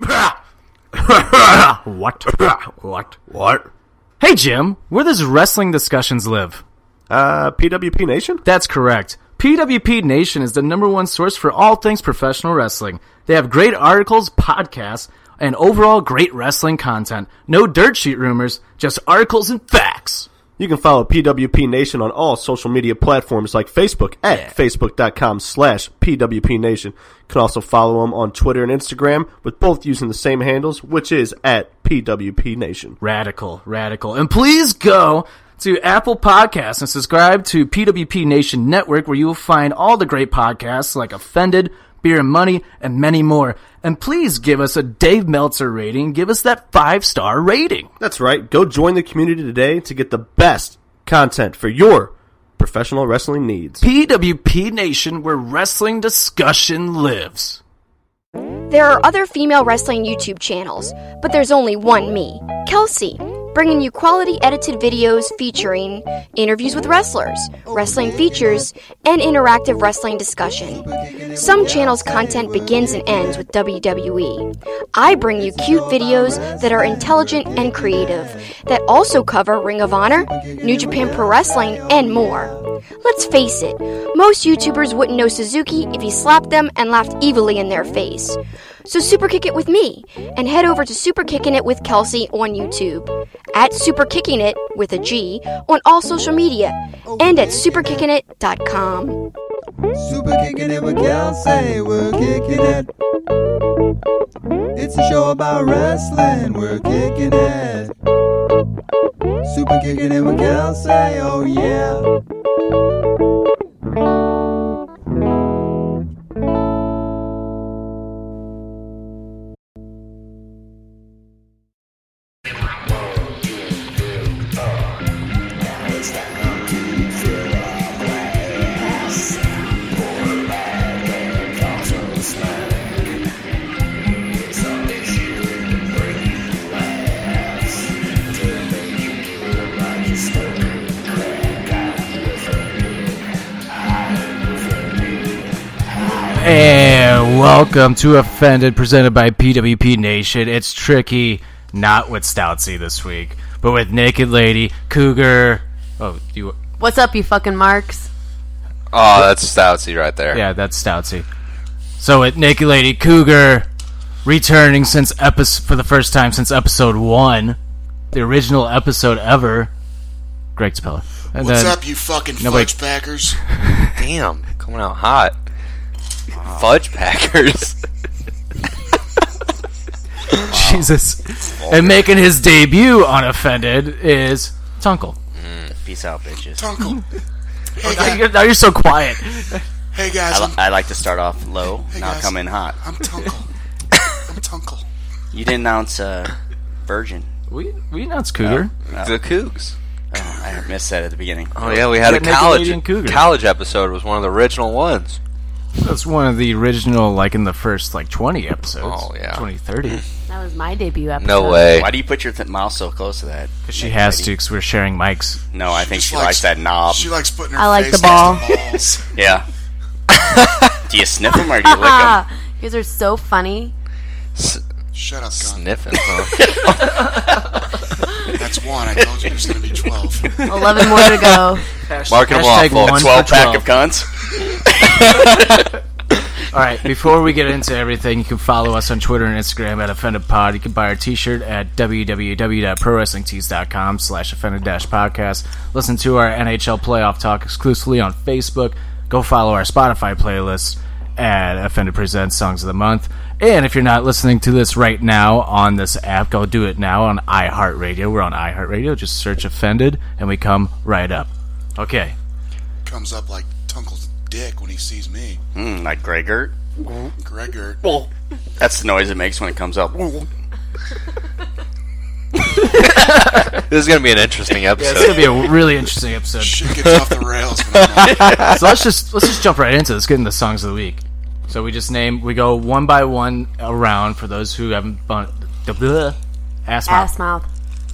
What? what? What? Hey, Jim, where does wrestling discussions live? Uh, PWP Nation? That's correct. PWP Nation is the number one source for all things professional wrestling. They have great articles, podcasts, and overall great wrestling content. No dirt sheet rumors, just articles and facts. You can follow PWP Nation on all social media platforms like Facebook at facebook.com slash PWP Nation. You can also follow them on Twitter and Instagram with both using the same handles, which is at PWP Nation. Radical, radical. And please go to Apple Podcasts and subscribe to PWP Nation Network where you will find all the great podcasts like Offended, Beer and Money, and many more. And please give us a Dave Meltzer rating. Give us that five star rating. That's right. Go join the community today to get the best content for your professional wrestling needs. PWP Nation where wrestling discussion lives. There are other female wrestling YouTube channels, but there's only one me, Kelsey, bringing you quality edited videos featuring interviews with wrestlers, wrestling features, and interactive wrestling discussion. Some channels' content begins and ends with WWE. I bring you cute videos that are intelligent and creative, that also cover Ring of Honor, New Japan Pro Wrestling, and more. Let's face it, most YouTubers wouldn't know Suzuki if he slapped them and laughed evilly in their face. So super kick it with me and head over to Super Kicking It with Kelsey on YouTube, at Super Kicking It with a G on all social media, and at superkickingit.com. Super kicking it with Kelsey, we're kicking it. It's a show about wrestling, we're kicking it. Super kicking it with Kelsey, oh yeah. And welcome to Offended, presented by PWP Nation. It's tricky, not with Stoutsy this week, but with Naked Lady, Cougar. Oh, you. What's up, you fucking marks? Oh, that's Stoutsy right there. Yeah, that's Stoutsy. So with Naked Lady, Cougar, returning since episode for the first time since episode one, the original episode ever. Greg Speller. And What's then- up, you fucking Nobody- fudge packers? Damn, coming out hot. Fudge Packers. Jesus. And making his debut on Offended is Tunkel. Peace out, bitches. Tunkle. hey, Now guys, you're, now you're so quiet. hey guys, I, li- I'm, I like to start off low, now guys. come in hot. I'm Tunkle. I'm Tunkle. You didn't announce uh, Virgin. We we announced Cougar. the Cougs. Oh, I missed that at the beginning. Oh yeah, we had Yeah, a Naked Lady college and Cougar. college episode was one of the original ones. That's one of the original, like in the first like twenty episodes. Oh, yeah. twenty thirty. That was my debut episode. No way. Why do you put your th- mouth so close to that? Because she has to, because we're sharing mics. No, I think Just she likes that knob. She likes putting her I like face the ball. next to balls. Yeah. do you sniff them or do you lick them? Ah, You guys are so funny. S- Shut up, gun. sniffing, huh? That's one. I told you there's going to be 12. Eleven more to go. Marking them Hashtag off. one folks. for Twelve pack 12. of guns. All right, before we get into everything, you can follow us on Twitter and Instagram at Offended Pod. You can buy our T-shirt at www.prowrestlingtees.com slash offended dash podcast. Listen to our NHL playoff talk exclusively on Facebook. Go follow our Spotify playlist at Offended Presents Songs of the Month. And if you're not listening to this right now on this app, go do it now on iHeartRadio. We're on iHeartRadio. Just search Offended, and we come right up. Okay. Comes up like Tunkle's dick when he sees me. Mm, like Gregor. Gregor. That's the noise it makes when it comes up. This is gonna be an interesting It's episode. gonna be a really interesting episode. Shit gets off the rails when I'm on. so let's just let's just jump right into this. Getting the songs of the week. So we just name we go one by one around for those who haven't bun- the bleh, ass mouth. Ass mouth.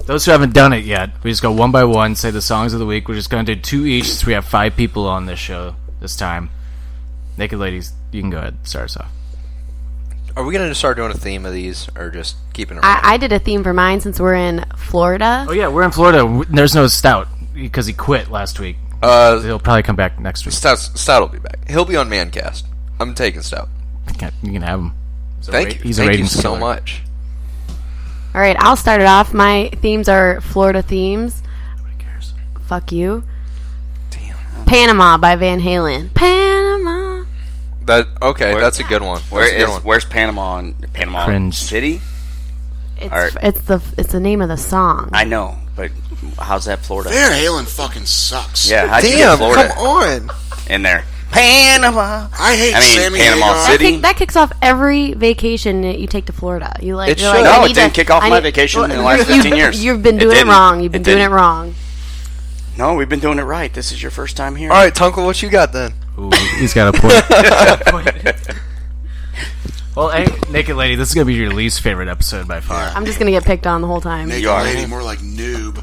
Those who haven't done it yet, we just go one by one, say the songs of the week. We're just gonna do two each since we have five people on this show this time. Naked ladies, you can go ahead. Start us off. Are we gonna start doing a theme of these, or just keeping it? I, I did a theme for mine since we're in Florida. Oh yeah, we're in Florida. W- There's no stout because he quit last week. uh, He'll probably come back next week. Stout, Stout will be back. He'll be on Mancast. I'm taking Stout. Yeah, You can have him. Thank ra- you. he's a Thank you rating so stealer. much. All right, I'll start it off. My themes are Florida themes. Fuck you. Damn. Panama by Van Halen. Panama. That okay. Where- that's a good one. Where that's a good is one. where's Panama? on- Panama Cringe. City? It's, All right. it's the it's the name of the song. I know, but how's that Florida? Van Halen fucking sucks. Yeah, how'd you get Damn, Florida come on. in there? Panama. I hate I mean, Sammy Panama Hagar. that, City. kick, that kicks off every vacation that you take to Florida. You like It you're should. like, I No, it need didn't to- kick off I my need- vacation in the Well, last you've- 15 years. You've been It doing it, didn't. wrong. You've It been doing it didn't. wrong. No, we've been doing it right. This is your first time here. All right, Tunkel, what you got then? Ooh, he's got a point. well, hey, Naked Lady, this is gonna be your least favorite episode by far. I'm just gonna get picked on the whole time. Naked You are. lady, more like noob.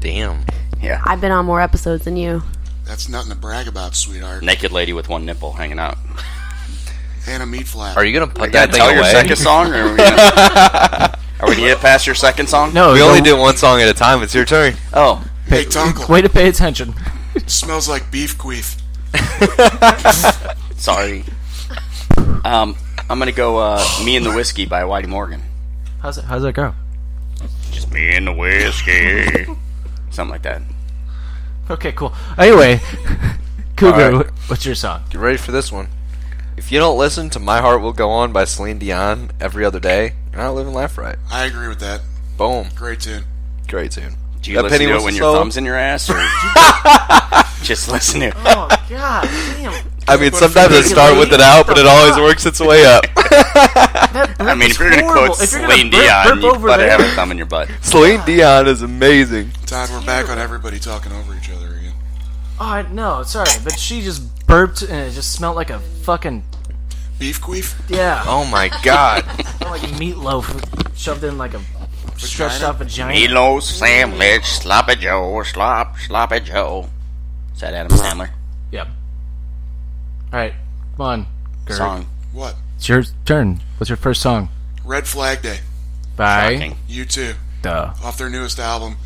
Damn. Yeah. I've been on more episodes than you. That's nothing to brag about, sweetheart. Naked lady with one nipple hanging out. Hannah Meat Flap. Are you gonna put Gotta that thing tell your away? second song, or are we gonna, are we gonna get past your second song? No, We no- only do one song at a time. It's your turn. Oh, Hey, Tunkle. Way to pay attention. Smells like beef queef. sorry. Um, I'm gonna go. Uh, me and the whiskey by Whitey Morgan. How's it, how's that go? Just me and the whiskey. Something like that. Okay, cool. Anyway, Cougar, All right. what's your song? You ready for this one? If you don't listen to "My Heart Will Go On" by Celine Dion every other day, you're not living life right. I agree with that. Boom. Great tune. Great tune. Do you That listen penny to it was when a your soul. thumb's in your ass, or just listen to it? Oh, I mean, sometimes I start with it out, but it always works its way up. I mean, if you're gonna quote If you're gonna Celine burp- Dion, burp you over better there. have a thumb in your butt. Celine Dion is amazing. Todd, we're back on everybody talking over each other again. Oh no, sorry, but she just burped and it just smelled like a fucking Beef queef? yeah, Oh my god. like meatloaf shoved in like a stretched out vagina. Elo sandwich, sloppy Joe, slop, sloppy Joe. Is that Adam Sandler Yep. All right, come on, Gert. song? What? It's your turn. What's your first song? Red Flag Day. Bye. Shocking. You too. Duh. Off their newest album,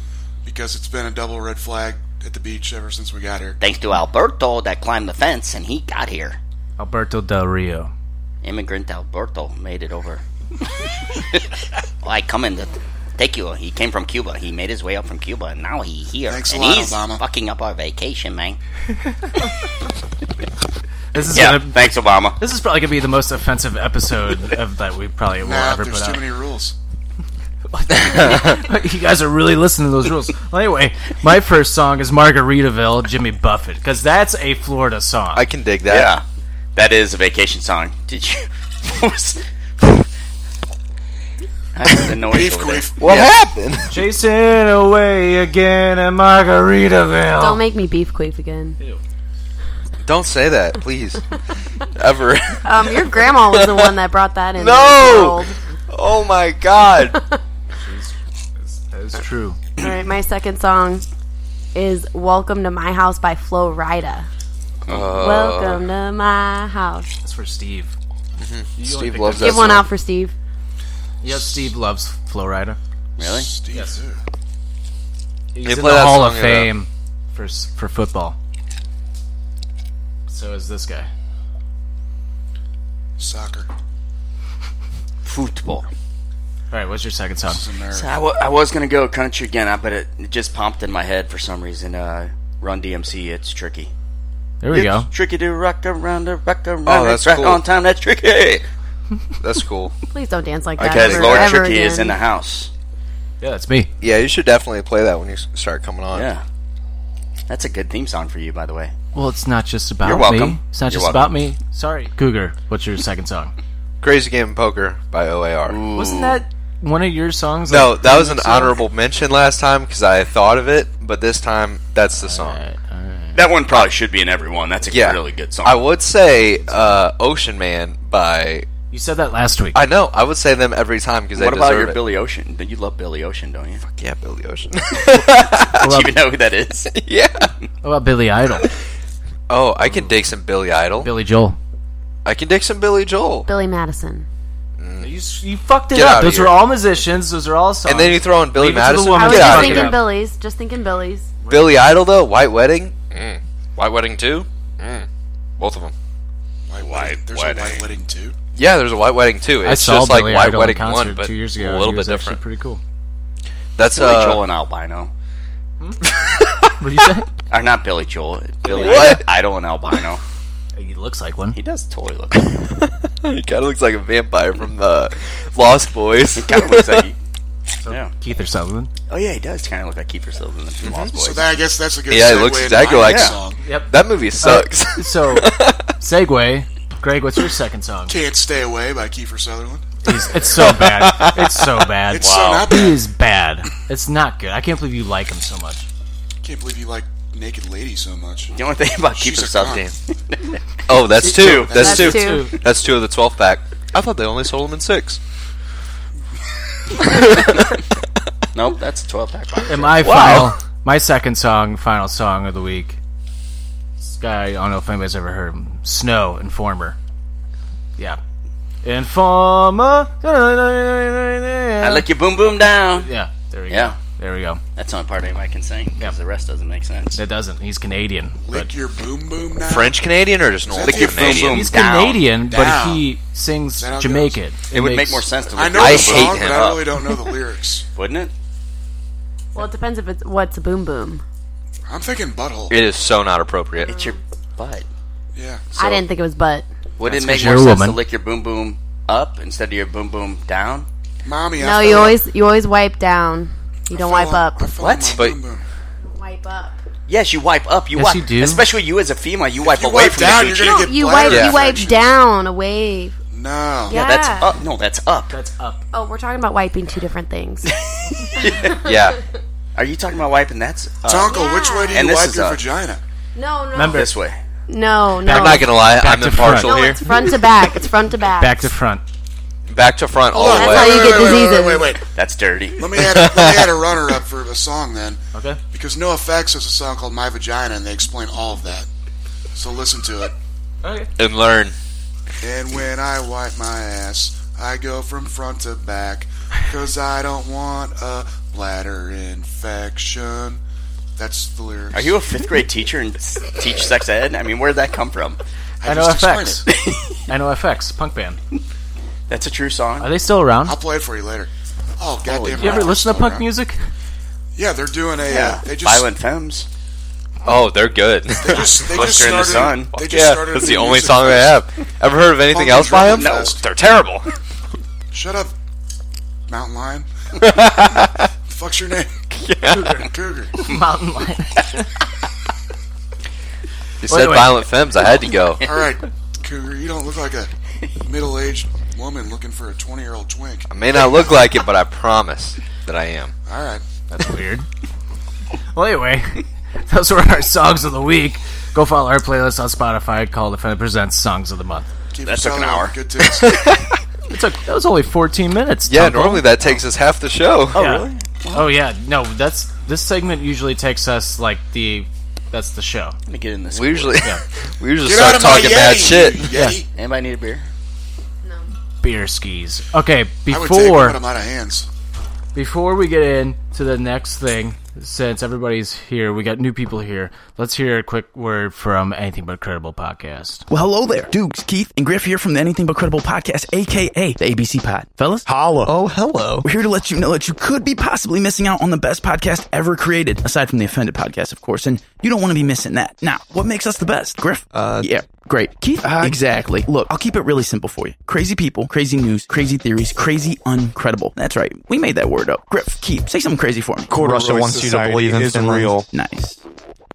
because it's been a double red flag at the beach ever since we got here. Thanks to Alberto that climbed the fence and he got here. Alberto Del Rio. Immigrant Alberto made it over. well, I come in to take you. He came from Cuba. He made his way up from Cuba, and now he here. Thanks a and lot, he's Obama. fucking up our vacation, man. This is Yeah, gonna, thanks, Obama. this is probably gonna be the most offensive episode of that we probably will Nah, ever there's put too out. many rules. you guys are really listening to those rules. well, anyway, my first song is Margaritaville, Jimmy Buffett, because that's a Florida song. I can dig that. Yeah, that is a vacation song. Did you? What was? I heard the noise Beef over there. queef. What happened? Chasing away again in Margaritaville. Oh. Don't make me beef queef again. Don't say that, please. Ever. Um, your grandma was the one that brought that in. No! Oh my god. that is true. All right, my second song is "Welcome to My House" by Flo Rida. Uh, Welcome to my house. That's for Steve. Steve loves that Give one song. out for Steve. Yes, Steve loves Florida. Really? Steve, too. He's They in play the that Hall of song at, uh, Fame for s- for football. So is this guy. Soccer. Football. All right, what's your second song? It's So America. I, w- I was gonna go country again, I- but it, it just popped in my head for some reason. Uh, Run DMC, it's tricky. There we go. It's tricky to rock around, a rock around, Oh, oh, that's that's rock cool. on time. That's tricky That's cool. Please don't dance like that. because ever, Lord ever Tricky again. is in the house. Yeah, that's me. Yeah, you should definitely play that when you s- start coming on. Yeah, that's a good theme song for you, by the way. Well, it's not just about You're welcome. me. It's not You're just welcome. about me. Sorry, Cougar. What's your second song? Crazy Game of Poker by OAR. Wasn't that one of your songs? No, like, that was an songs? honorable mention last time because I thought of it, but this time that's the song. That one probably should be in every one. That's a Yeah. really good song. I would say uh, Ocean Man by. You said that last week. I know. I would say them every time because they what about deserve your it. Billy Ocean? You love Billy Ocean, don't you? yeah, Billy Ocean. Do you even know who that is? yeah. What about Billy Idol? Oh, I can dig some Billy Idol. Billy Joel. I can dig some Billy Joel. Billy Madison. You, s- you fucked it Get up. outta Those here. are all musicians. Those are all songs. And then you throw in Billy Leave it to the Madison. Oh woman. I was Get just outta thinking here. Billy's. Just thinking Billy's. Billy Idol though, White Wedding, mm. White Wedding two, mm. both of them. White White There's wedding. a white wedding too. Yeah, there's a White Wedding two. It's I saw just Billy like White Idol Wedding in concert one, but two years ago. a little He bit was actually different. Pretty cool. That's Billy uh, Joel and Albino. What do you say? Or not Billy Joel. Billy What? Idol and Albino. he looks like one. He does totally look like him. he kind of looks like a vampire from the Lost Boys. He kind of looks like he, Yeah. Keith or Sutherland. Oh, yeah, he does kind of look like Kiefer Sutherland Mm-hmm. from Lost Boys. So that, I guess that's a good. Yeah, it segue looks into exactly my like- next Yeah. song. that movie sucks. So, segue. Greg, what's your second song? Can't Stay Away by Kiefer Sutherland. It's, it's so bad. It's so bad. It's so not He bad. is bad. It's not good. I can't believe you like him so much. Can't believe you like Naked Lady so much. the only thing about She's Kiefer a Sutherland. oh, that's two. That's That's, two. two. That's two of the twelve pack. I thought they only sold them in six. Nope, that's a 12 pack. And my Wow. final, my second song, final song of the week. This guy, I don't know if anybody's ever heard him. Snow Informer. Yeah, Informer. I let your boom boom down. Yeah, there we go. Yeah. There we go. That's the only part anybody can sing because Yeah. the rest doesn't make sense. It doesn't. He's Canadian. Lick But your boom boom now. French Canadian or just normal Lick your Canadian? boom he's Down. Canadian, but Down. he sings that how it Jamaican. It would make makes- more sense to I look know I the at hate song, him. but I really don't know the lyrics. wouldn't it? Well, it depends if it's what's a boom boom. I'm thinking butthole. It is so not appropriate. It's your butt. Yeah. I didn't think it was butt. Would That's it make 'cause more you're a sense to woman. lick your boom boom up instead of your boom boom down? Mommy, No, I fell you on- always you always wipe down. You I don't fell wipe on- up. I fell on What? my But- boom boom. Wipe up. Yes, you wipe up. You Yes, wipe. you do. Especially you as a female, you wipe you away wipe from down, the you're Gucci. gonna No, get you bladder wipe you wipe infections. down away. No. Yeah. That's up. No, that's up. That's up. Oh, we're talking about wiping two different things. yeah, Are you talking about wiping? That's uh, up. Tonko, Yeah. which way do And you this wipe is your a- vagina? no, no, Remember- this way. no, no. I'm not gonna lie. I'm to impartial no, here. it's front to back. It's front to back. Back to front. Back to front, all the That's how way. you get wait, diseases. wait, wait, wait. That's dirty. Let me add a, let me add a runner up for a song then, Okay. because No Effects has a song called My Vagina, and they explain all of that. So listen to it. And learn. And when I wipe my ass, I go from front to back, cause I don't want a bladder infection. That's the lyrics. Are you a fifth grade teacher and s- teach sex ed? I mean, where'd that come from? I know just explained FX. it. I know FX. Punk band. That's a true song. Are they still around? I'll play it for you later. Oh goddamn! You ever right, listen to they're punk around. music? Yeah, they're doing a. Yeah. Uh, they just Violent femmes. Oh, they're good. They just, they just Blister in started. the Sun. They just yeah, started that's a the new only music song I fest. have. Ever heard of anything Punk else by them? Driven Fest. they're terrible. Shut up, mountain lion. Fuck's your name? Cougar. Cougar. Mountain Lion. You said wait. violent femmes. I had to go. All right, Cougar. You don't look like a middle-aged woman looking for a twenty-year-old twink. I may not look like it, but I promise that I am. All right. That's weird. well, anyway, those were our songs of the week. Go follow our playlist on Spotify called Offended Presents Songs of the Month. Keep That us took an telling hour. Good tips. It took that was only 14 minutes. Yeah, Tonko. normally that takes us half the show. Yeah. Oh yeah, no, that's this segment usually takes us like the that's the show. Let me get in this. We usually we usually Get out start of my talking bad Yeti, shit. you Yeti. Anybody need a beer? Beer skis. Okay, I would take one, before but I'm out of hands. before we get in to the next thing, since everybody's here, we got new people here. Let's hear a quick word from Anything But Credible podcast. Well, hello there. Dukes, Keith, and Griff here from the Anything But Credible podcast, aka the ABC Pod. Fellas, holla. Oh, hello. We're here to let you know that you could be possibly missing out on the best podcast ever created, aside from the Offended podcast, of course, and you don't want to be missing that. Now, what makes us the best? Griff? Uh, yeah, great. Keith? uh, exactly. Look, I'll keep it really simple for you. Crazy people, crazy news, crazy theories, crazy uncredible. That's right. We made that word up. Griff, Keith, say something crazy for me. Russia wants you to believe in Finland. Real. Nice.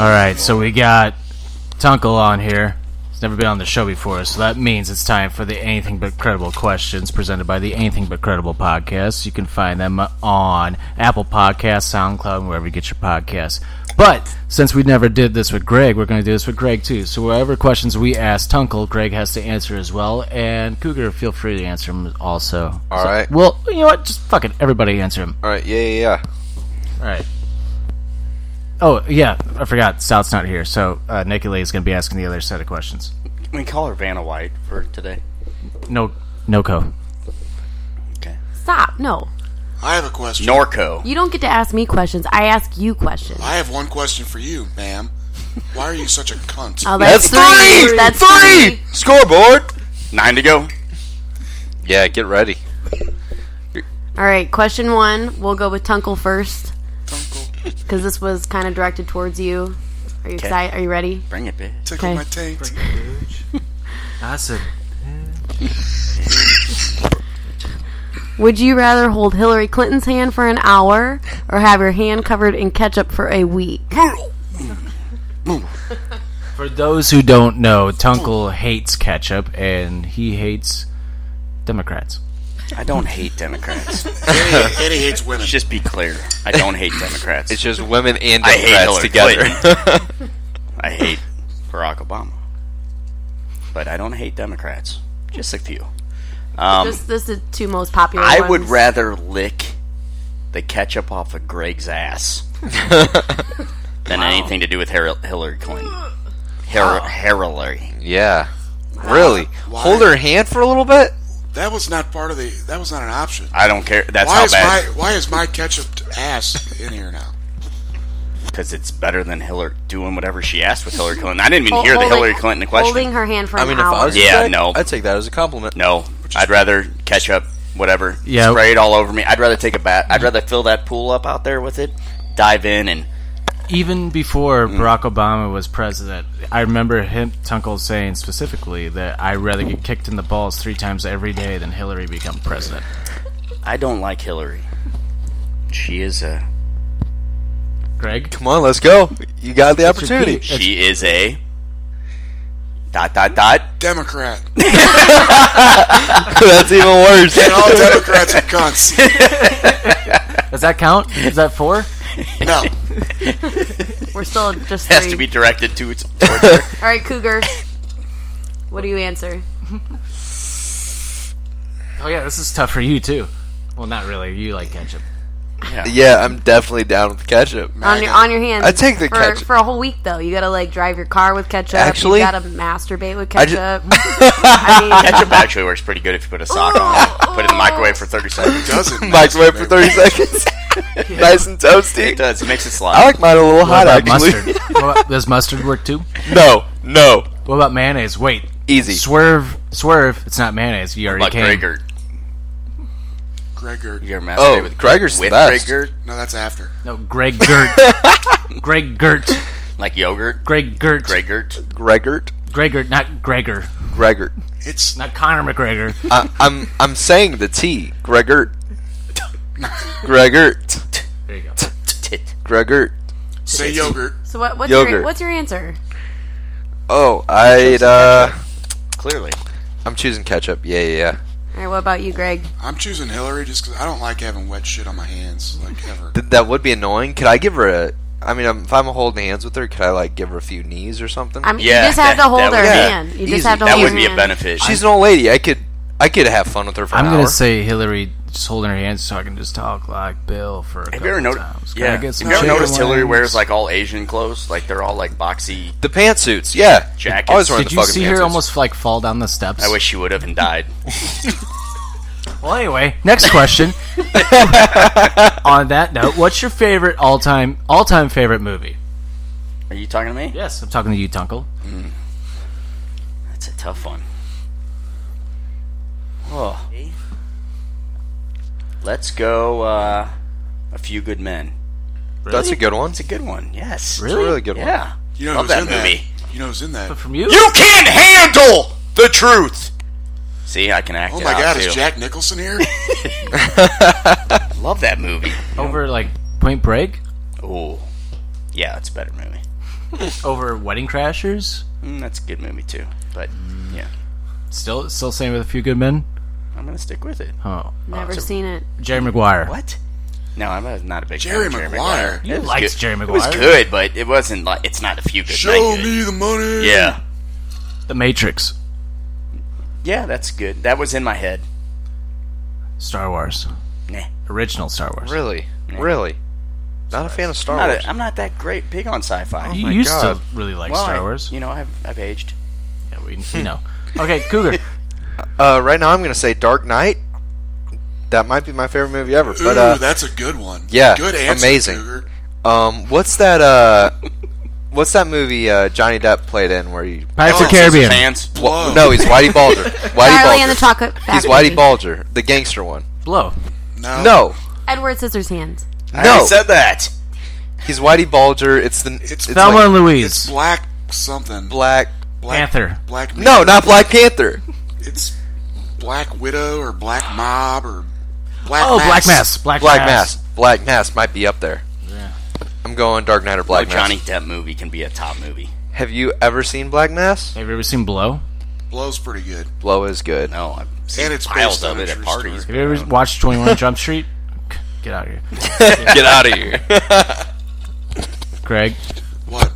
All right, so we got Tunkel on here. It's never been on the show before, so that means it's time for the Anything But Credible questions presented by the Anything But Credible podcast. You can find them on Apple Podcasts, SoundCloud, and wherever you get your podcasts. But since we never did this with Greg, we're going to do this with Greg too. So whatever questions we ask Tunkel, Greg has to answer as well, and Cougar, feel free to answer them also. All right. Well, you know what? Just fucking everybody answer them. All right. Yeah, yeah, yeah. All right. Oh yeah, I forgot. South's not here, so uh, Nicolay is going to be asking the other set of questions. Can we call her Vanna White for today? No, no co. Stop. No. I have a question. Norco. You don't get to ask me questions. I ask you questions. I have one question for you, ma'am. Why are you such a cunt? Oh, that's That's three! three! That's Three! three! Scoreboard. Nine to go. Yeah, get ready. All right, question one. We'll go with Tunkel first. Tunkel. Because this was kind of directed towards you. Are you excited? Are you ready? Bring it, bitch. Tickle Okay. my taint. I said Would you rather hold Hillary Clinton's hand for an hour or have your hand covered in ketchup for a week? For those who don't know, Tunkel hates ketchup and he hates Democrats. I don't hate Democrats. Eddie, Eddie hates women. Just be clear. I don't hate Democrats. It's just women and I hate Democrats Hillary together. I hate Barack Obama. But I don't hate Democrats. Just a few. Um, this, this is two most popular. I would ones. rather lick the ketchup off of Greg's ass than anything to do with Har- Hillary Clinton. Har- Hillary. yeah. Really? Why? Hold her hand for a little bit? That was not part of the. That was not an option. I don't care. That's why how is bad. my Why is my ketchup ass in here now? Because it's better than Hillary doing whatever she asked with Hillary Clinton. I didn't even Oh, Hol- hear the holding- Hillary Clinton question. Holding her hand for I an mean, if hour. I was Yeah, Greg, no. I'd take that as a compliment. No, I'd rather ketchup, whatever. Yeah. Spray it all over me. I'd rather take a bath. I'd rather fill that pool up out there with it, dive in, and Mm. Even before Barack Obama was president, I remember him Tunkel saying specifically that I'd rather get kicked in the balls three times every day than Hillary become president. I don't like Hillary. She is a Greg? Come on, let's go. You got the Let's opportunity. repeat. she is a dot dot dot. Democrat. That's even worse. And all Democrats are cunts. Does that count? Is that four? No. We're still just three. Has to be directed to its. All right, Cougar. What do you answer? Oh yeah, this is tough for you too. Well, not really. You like ketchup. Yeah, I'm definitely down with ketchup. On your on your hand. I take the for, ketchup. for a whole week though. You gotta like drive your car with ketchup. Actually- you gotta masturbate with ju- ketchup. I mean, Ketchup actually works pretty good if you put a sock on, put it in the microwave for thirty seconds. Doesn't Microwave for 30 seconds. nice and It toasty. does. It makes it I slide. like mine a little What hot, about actually. mustard? What about- does mustard work too? No, no. What about mayonnaise? Wait, Easy. swerve, swerve. It's not mayonnaise. You already Like came. Gregor. Gregor. You're masturbate Oh, with Gregor's the with best. Gregor, No, that's after. No, Greg Gert. Greg Gert. like yogurt. Greg Gert. Gregor. Gregert. Gregor, not Gregor. Gregert. It's Not Conor McGregor. I, I'm I'm saying the T. Gregert. Gregert. There you go. Tit. Gregert. say yogurt. so what, what's your Yogurt. what's your answer? Oh, I uh, Clearly. I'm choosing ketchup. Yeah, yeah, yeah. All right, what about you, Greg? I'm choosing Hillary just because I don't like having wet shit on my hands, like ever. Th- that would be annoying. Could I give her a? I mean, I'm, if I'm holding hands with her, could I like give her a few knees or something? I mean, Yeah, you just have that- to hold that her would- Yeah, hand. You just easy. have to That hold would her be a hand. benefit. She's an old lady. I could I could have fun with her for I'm an gonna hour. say Hillary just holding her hands so I can just talk like Bill for a Have couple you ever times. noticed? Can I Yeah. get Have some you ever chicken noticed Hillary wings? wears like all Asian clothes? Like they're all like boxy. the pantsuits. Yeah, Jackets. Always wearing Did the you fucking see pantsuits. her almost like fall down the steps? I wish she would have and died. Well, anyway, next question. On that note, what's your favorite all-time all-time favorite movie? Are you talking to me? Yes, I'm talking to you, Tunkel. That's a tough one. Oh. Let's go. Uh, a few good men. That's a good one. It's a good one. Yes. It's a really good one. Yeah. You know Love who's that in movie. that? You know who's in that? From you? You can't handle the truth. See, I can act. Oh it my out, God, too. is Jack Nicholson here? Love that movie. Over like Point Break? Oh. Yeah, it's a better movie. Over Wedding Crashers? Mm, that's a good movie too. But yeah, Still, still same with a few good men. I'm gonna stick with it. Oh, Never Oh, so- seen it. Jerry Maguire. What? No, I'm a- not a big Jerry fan of Jerry Maguire? Maguire. You It was liked good. Jerry It was Maguire. good, but it wasn't like it's not a few good. Show night good. me the money. Yeah, The Matrix, yeah, that's good. That was in my head. Star Wars, Nah, original Star Wars. Really? Really? Not a fan of Star not Wars. a, I'm not that great big on sci-fi. You my used God. to really like Well, I- Oh, Star Wars. you know, I've I've aged. Yeah, we, we know. Okay, Cougar. Uh, right now, I'm going to say Dark Knight. That might be my favorite movie ever. Ooh, But uh, that's a good one. yeah, good answer, amazing. Cougar. um, what's that? Uh, what's that movie uh, Johnny Depp played in where he? Pirates of the it's Caribbean. Fans, Whoa. No, he's Whitey Bulger. Whitey Charlie Bulger. and the Chocolate Factory. he's Whitey Bulger, the gangster one. Blow. No. No, Edward Scissorhands. I no, already said that. he's Whitey Bulger. It's the It's it's, Thelma like and It's Louise. black something. black. black Panther. Black. No, not Black Panther. It's Black Widow or Black Mob or Black. Oh, Black Mass. Black, Black Mass. Mass. Black Mass might be up there. I'm going Dark Knight or Well, Black Mass. Oh, Johnny Depp movie can be a top movie. Have you ever seen Black Mass? Have you ever seen Blow? Blow's pretty good. Blow is good. No, I've seen And it's piles based on of a it at true parties. Have you ever watched Twenty One Jump Street? Get out of here, Get out of here. Greg. What?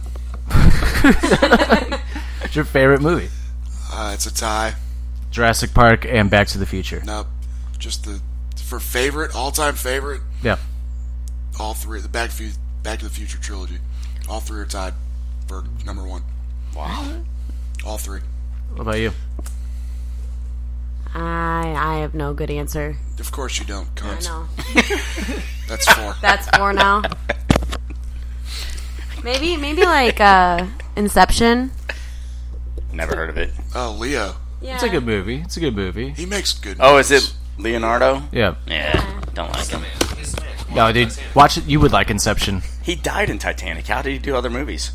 What's your favorite movie? Uh, it's a tie. Jurassic Park and Back to the Future. No, just the for favorite all time favorite. Yeah. All three the Back Fu- Back to the Future trilogy. All three are tied for number one. Wow. All three. What about you? I I have no good answer. Of course you don't. I Cunt. know. That's four. Oh, That's four now. Maybe maybe like uh Inception. Never heard of it. oh, Leo. Yeah. It's a good movie. It's a good movie. He makes good. Oh, is it Leonardo? Yeah. Yeah, don't like him. No, dude. Watch it. You would like Inception. He died in Titanic. How did he do other movies?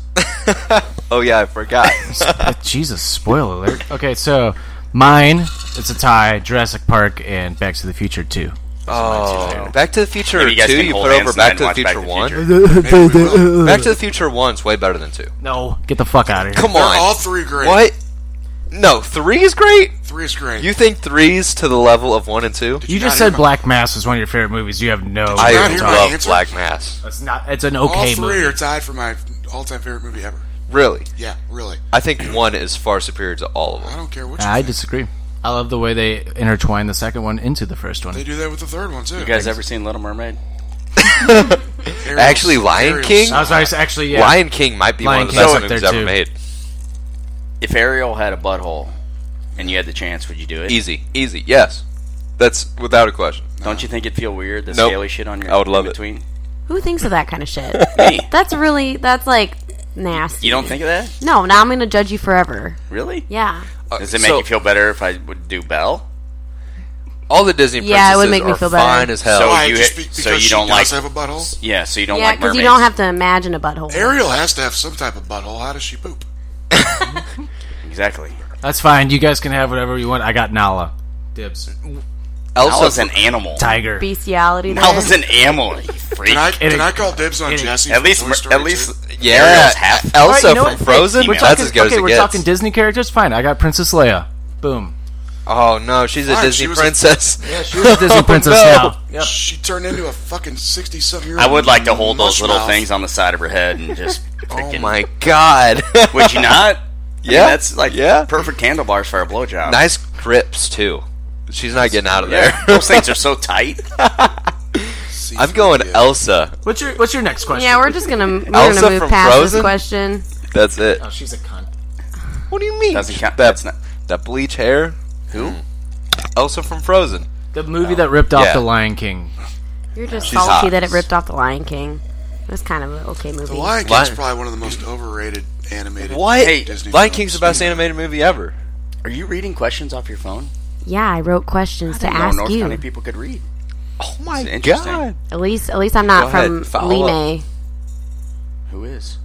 Oh yeah, I forgot. Uh, Jesus, spoiler alert. Okay, so mine, it's a tie. Jurassic Park and Back to the Future 2. oh, Back to the Future Maybe you guys two. can You hold put over hands Back tonight to the and watch Back Future to the Future. one. Maybe we will. Back to the Future one's way better than two. No, get the fuck out of here. Come They're on, all three great. What? No, three is great. Three is great. You think three's to the level of one and two? You you just not said hear my- Black Mass was one of your favorite movies. You have no. I not hear my love answer? Black Mass. it's not. It's an all okay three movie. are tied for my all time favorite movie ever. Really, Yeah, really. I think one is far superior to all of I them. don't care which. I disagree. I love the way they intertwine the second one into the first They one. do that with the third one too. You guys ever seen Little Mermaid? Ariel's- Actually, Lion Ariel's- King? I was I was actually yeah. Lion King might be Lion one of the King's best up there, movies ever too. made. If Ariel had a butthole and you had the chance, would you do it? Easy, easy. Yes, that's without a question. Don't you think it'd feel weird the Nope. scaly shit on your I would love in it. between? Who thinks of that kind of shit? Me. That's really that's like nasty. You don't think of that? No, now I'm gonna judge you forever. Really? Yeah. Does it make Uh, so- you feel better if I would do Belle? All the Disney princesses Yeah, it would make me are feel better. fine as hell. So- Why? you just ha- be- so because you she don't does like- have a butthole. Yeah, so you don't yeah, like mermaids. you don't have to imagine a butthole. Ariel has to have some type of butthole. How does she poop? exactly. That's fine. You guys can have whatever you want. I got Nala. Dibs. I was Elsa, an animal. Tiger. Bestiality. There. I was an animal. You freak. Can I, can It- I call dibs on Jesse? At from least, Toy mer- Story at 2? least, yeah, Ariel's half. Elsa Alright, you know from what? Hey, Frozen. we're That's Talking- as good okay, as it we're gets. talking Disney characters. Fine, I got Princess Leia. Boom. Oh no, she's a Fine, Disney she was a- princess. Oh, Yeah, she was a Disney princess no. now. Yep. she turned into a fucking sixty-something-year-old. I would like to hold those little mushmouth. things on the side of her head and just. Oh my god. Would you not? Yeah, that's like yeah. perfect handlebars for a blowjob. nice grips too. She's not getting out of there. Yeah, those things are so tight. I'm going Yeah. Elsa. What's your What's your next question? yeah, we're just gonna we're Elsa gonna move from past Frozen? this question. That's it. Oh, she's a cunt. What do you mean? Doesn't count. That, That's not- that bleach hair. Who? Hmm. Elsa from Frozen. The movie that ripped off Yeah. the Lion King. You're just She's salty hot. that it ripped off the Lion King. It was kind of an okay movie. The Lion King's Lion- probably one of the most overrated animated. What? Hey, Disney Lion films. King's the best animated movie ever. Are you reading questions off your phone? Yeah, I wrote questions to No, ask North you. County people could read. Oh my interesting. god. At least, at least I'm not Go ahead, from follow Lime. Who is?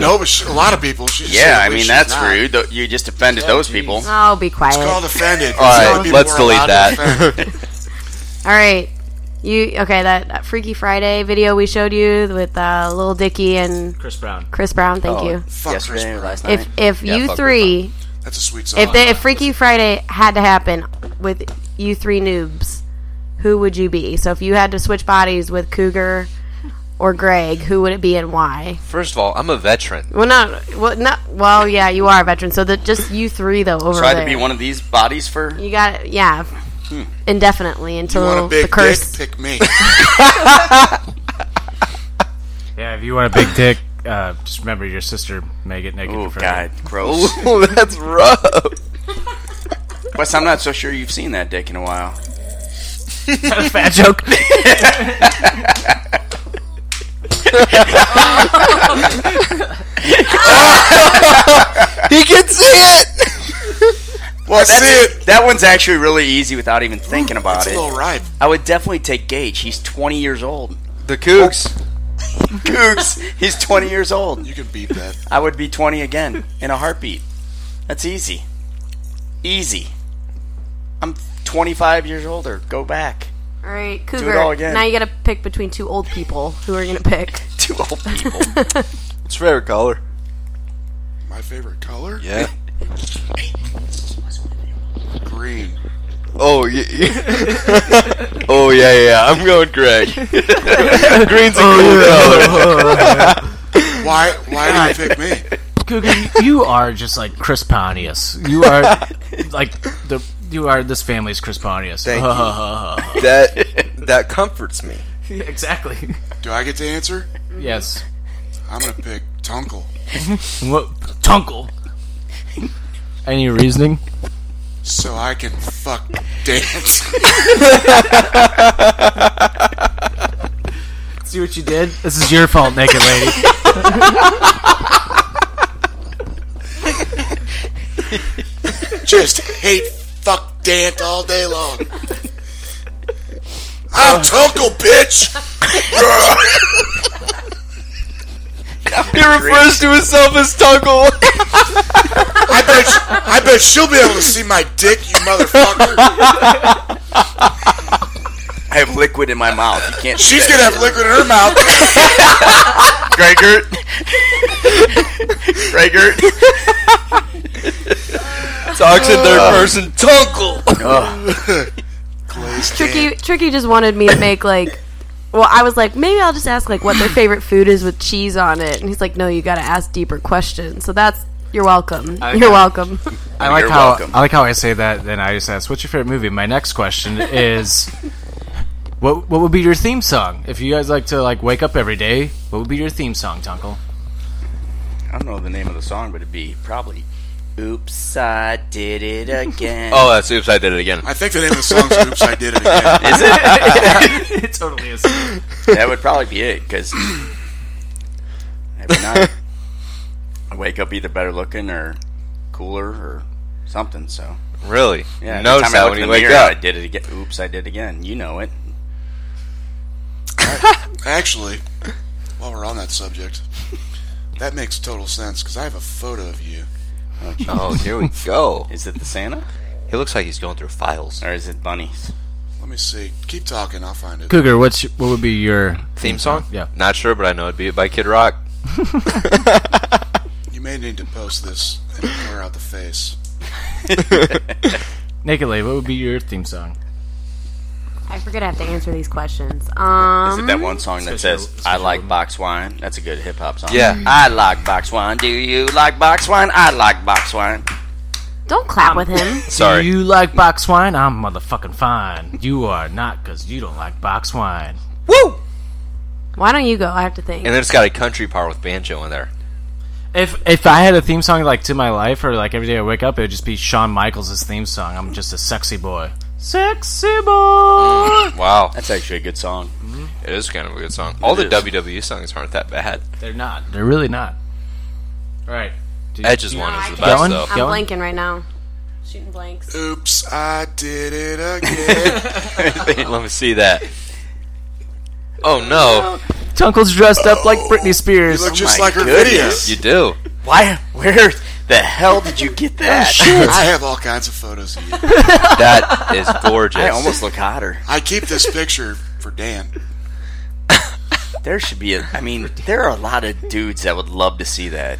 No, but she, a lot of people. She just Yeah, said, I "At least mean she's that's not." rude. Th- You just offended those people. Oh, be quiet. Called offended. All All right, right, let's delete that. All right, You okay? That, that Freaky Friday video we showed you with uh, Lil Dicky and Chris Brown. Chris Brown, thank Oh, you. Fuck yesterday Chris or Brown. last night. If if Yeah, you fuck Chris three, That's a sweet song. if they, if Freaky Friday had to happen with you three noobs, who would you be? So if you had to switch bodies with Cougar or Greg, who would it be and why? First of all, I'm a veteran. Well, not well, not well. Yeah, you are a veteran, so that just you three though over Try there. to be one of these bodies for. You got it. Yeah. Indefinitely you want until a big the curse. dick, pick me. Yeah, if you want a big dick, uh, just remember your sister may get naked. Oh for God, gross. Ooh, that's rough. Plus, I'm not so sure you've seen that dick in a while. a fat joke. He can see it. Well, that's see it. That one's actually really easy without even thinking about It's a it. little ripe. I would definitely take Gage. He's 20 years old. The Cougs. Googs, he's 20 years old. You can beat that. I would be 20 again in a heartbeat. That's easy. Easy. I'm 25 years older. Go back. All right, Cougar. all again. Now you got to pick between two old people. Who are you gonna pick? Two old people. It's favorite color. My favorite color? Yeah. Green. Oh yeah. oh yeah, yeah. I'm going Greg. Green's a Oh, cool color. Why why did you pick me? Cougar, you are just like Chris Pontius. You are like the you are this family's Chris Pontius. Thank That that comforts me. Uh-huh. exactly. Do I get to answer? Yes. I'm gonna pick Tunkel. What Tunkle? Any reasoning? So I can fuck dance. See what you did? This is your fault, naked lady. Just hate fuck dance all day long. I'm Tunkel, bitch! He refers to himself as Tunkle. I bet, I bet she'll be able to see my dick, you motherfucker. I have liquid in my mouth. You can't. She's gonna have liquid in her mouth. Gregert. Gregert. Talks in Uh, third person. Tunkle. Glazed Tricky, dance. Tricky just wanted me to make like. Well, I was like, maybe I'll just ask like what their favorite food is with cheese on it, and he's like, no, you got to ask deeper questions. So that's you're welcome. You're welcome. I like You're how welcome. I like how I say that. Then I just ask, "What's your favorite movie?" My next question is, "What what would be your theme song if you guys like to like wake up every day? What would be your theme song, Tunkle?" I don't know the name of the song, but it'd be probably. Oops, I did it again. Oh, that's oops! I did it again. I think the name of the song's Oops, I Did It Again. is it? it totally is. that would probably be it because every night I wake up either better looking or cooler or something. So Really? yeah, Yeah. every Notice time I that look when in you the wake mirror, I up. did it again. Oops, I did it again. You know it. Actually, while we're on that subject, that makes total sense because I have a photo of you. Oh, here we go. Is it the Santa He looks like he's going through files. or is it bunnies? Let me see. Keep talking, I'll find it. Cougar, what's your- what would be your Theme song? Yeah. Mm-hmm. Not sure, but I know it'd be by Kid Rock. You may need to post this and blur out the face. naked lady? What would be your theme song? I forget I have to answer these questions. Um, Is it that one song that Special- says "I special like box wine"? That's a good hip hop song. Yeah. I like box wine. Do you like box wine? I like box wine. don't clap with him. Do Sorry. you like box wine? I'm motherfucking fine. You are not because you don't like box wine. Woo! Why don't you go? I have to think. And then it's got a country part with banjo in there. If if I had a theme song like to my life or like every day I wake up, it would just be Shawn Michaels' theme song. I'm just a sexy boy. Sexy boy. Wow. That's actually a good song. It is kind of a good song. All the is. WWE songs aren't that bad. They're not. They're really not. All right. Dude, Edge's one is the That one? best, though. I'm Going? blanking right now. Shooting blanks. Oops, I did it again. Let me see that. Oh, no. Tunkle's dressed up like Britney You Spears. look just Oh my like her goodness. You videos. do. Why? Where the hell did you get that? I have all kinds of photos of you. That is gorgeous. I almost look hotter. I keep this picture for Dan. There should be a. I mean, there are a lot of dudes that would love to see that.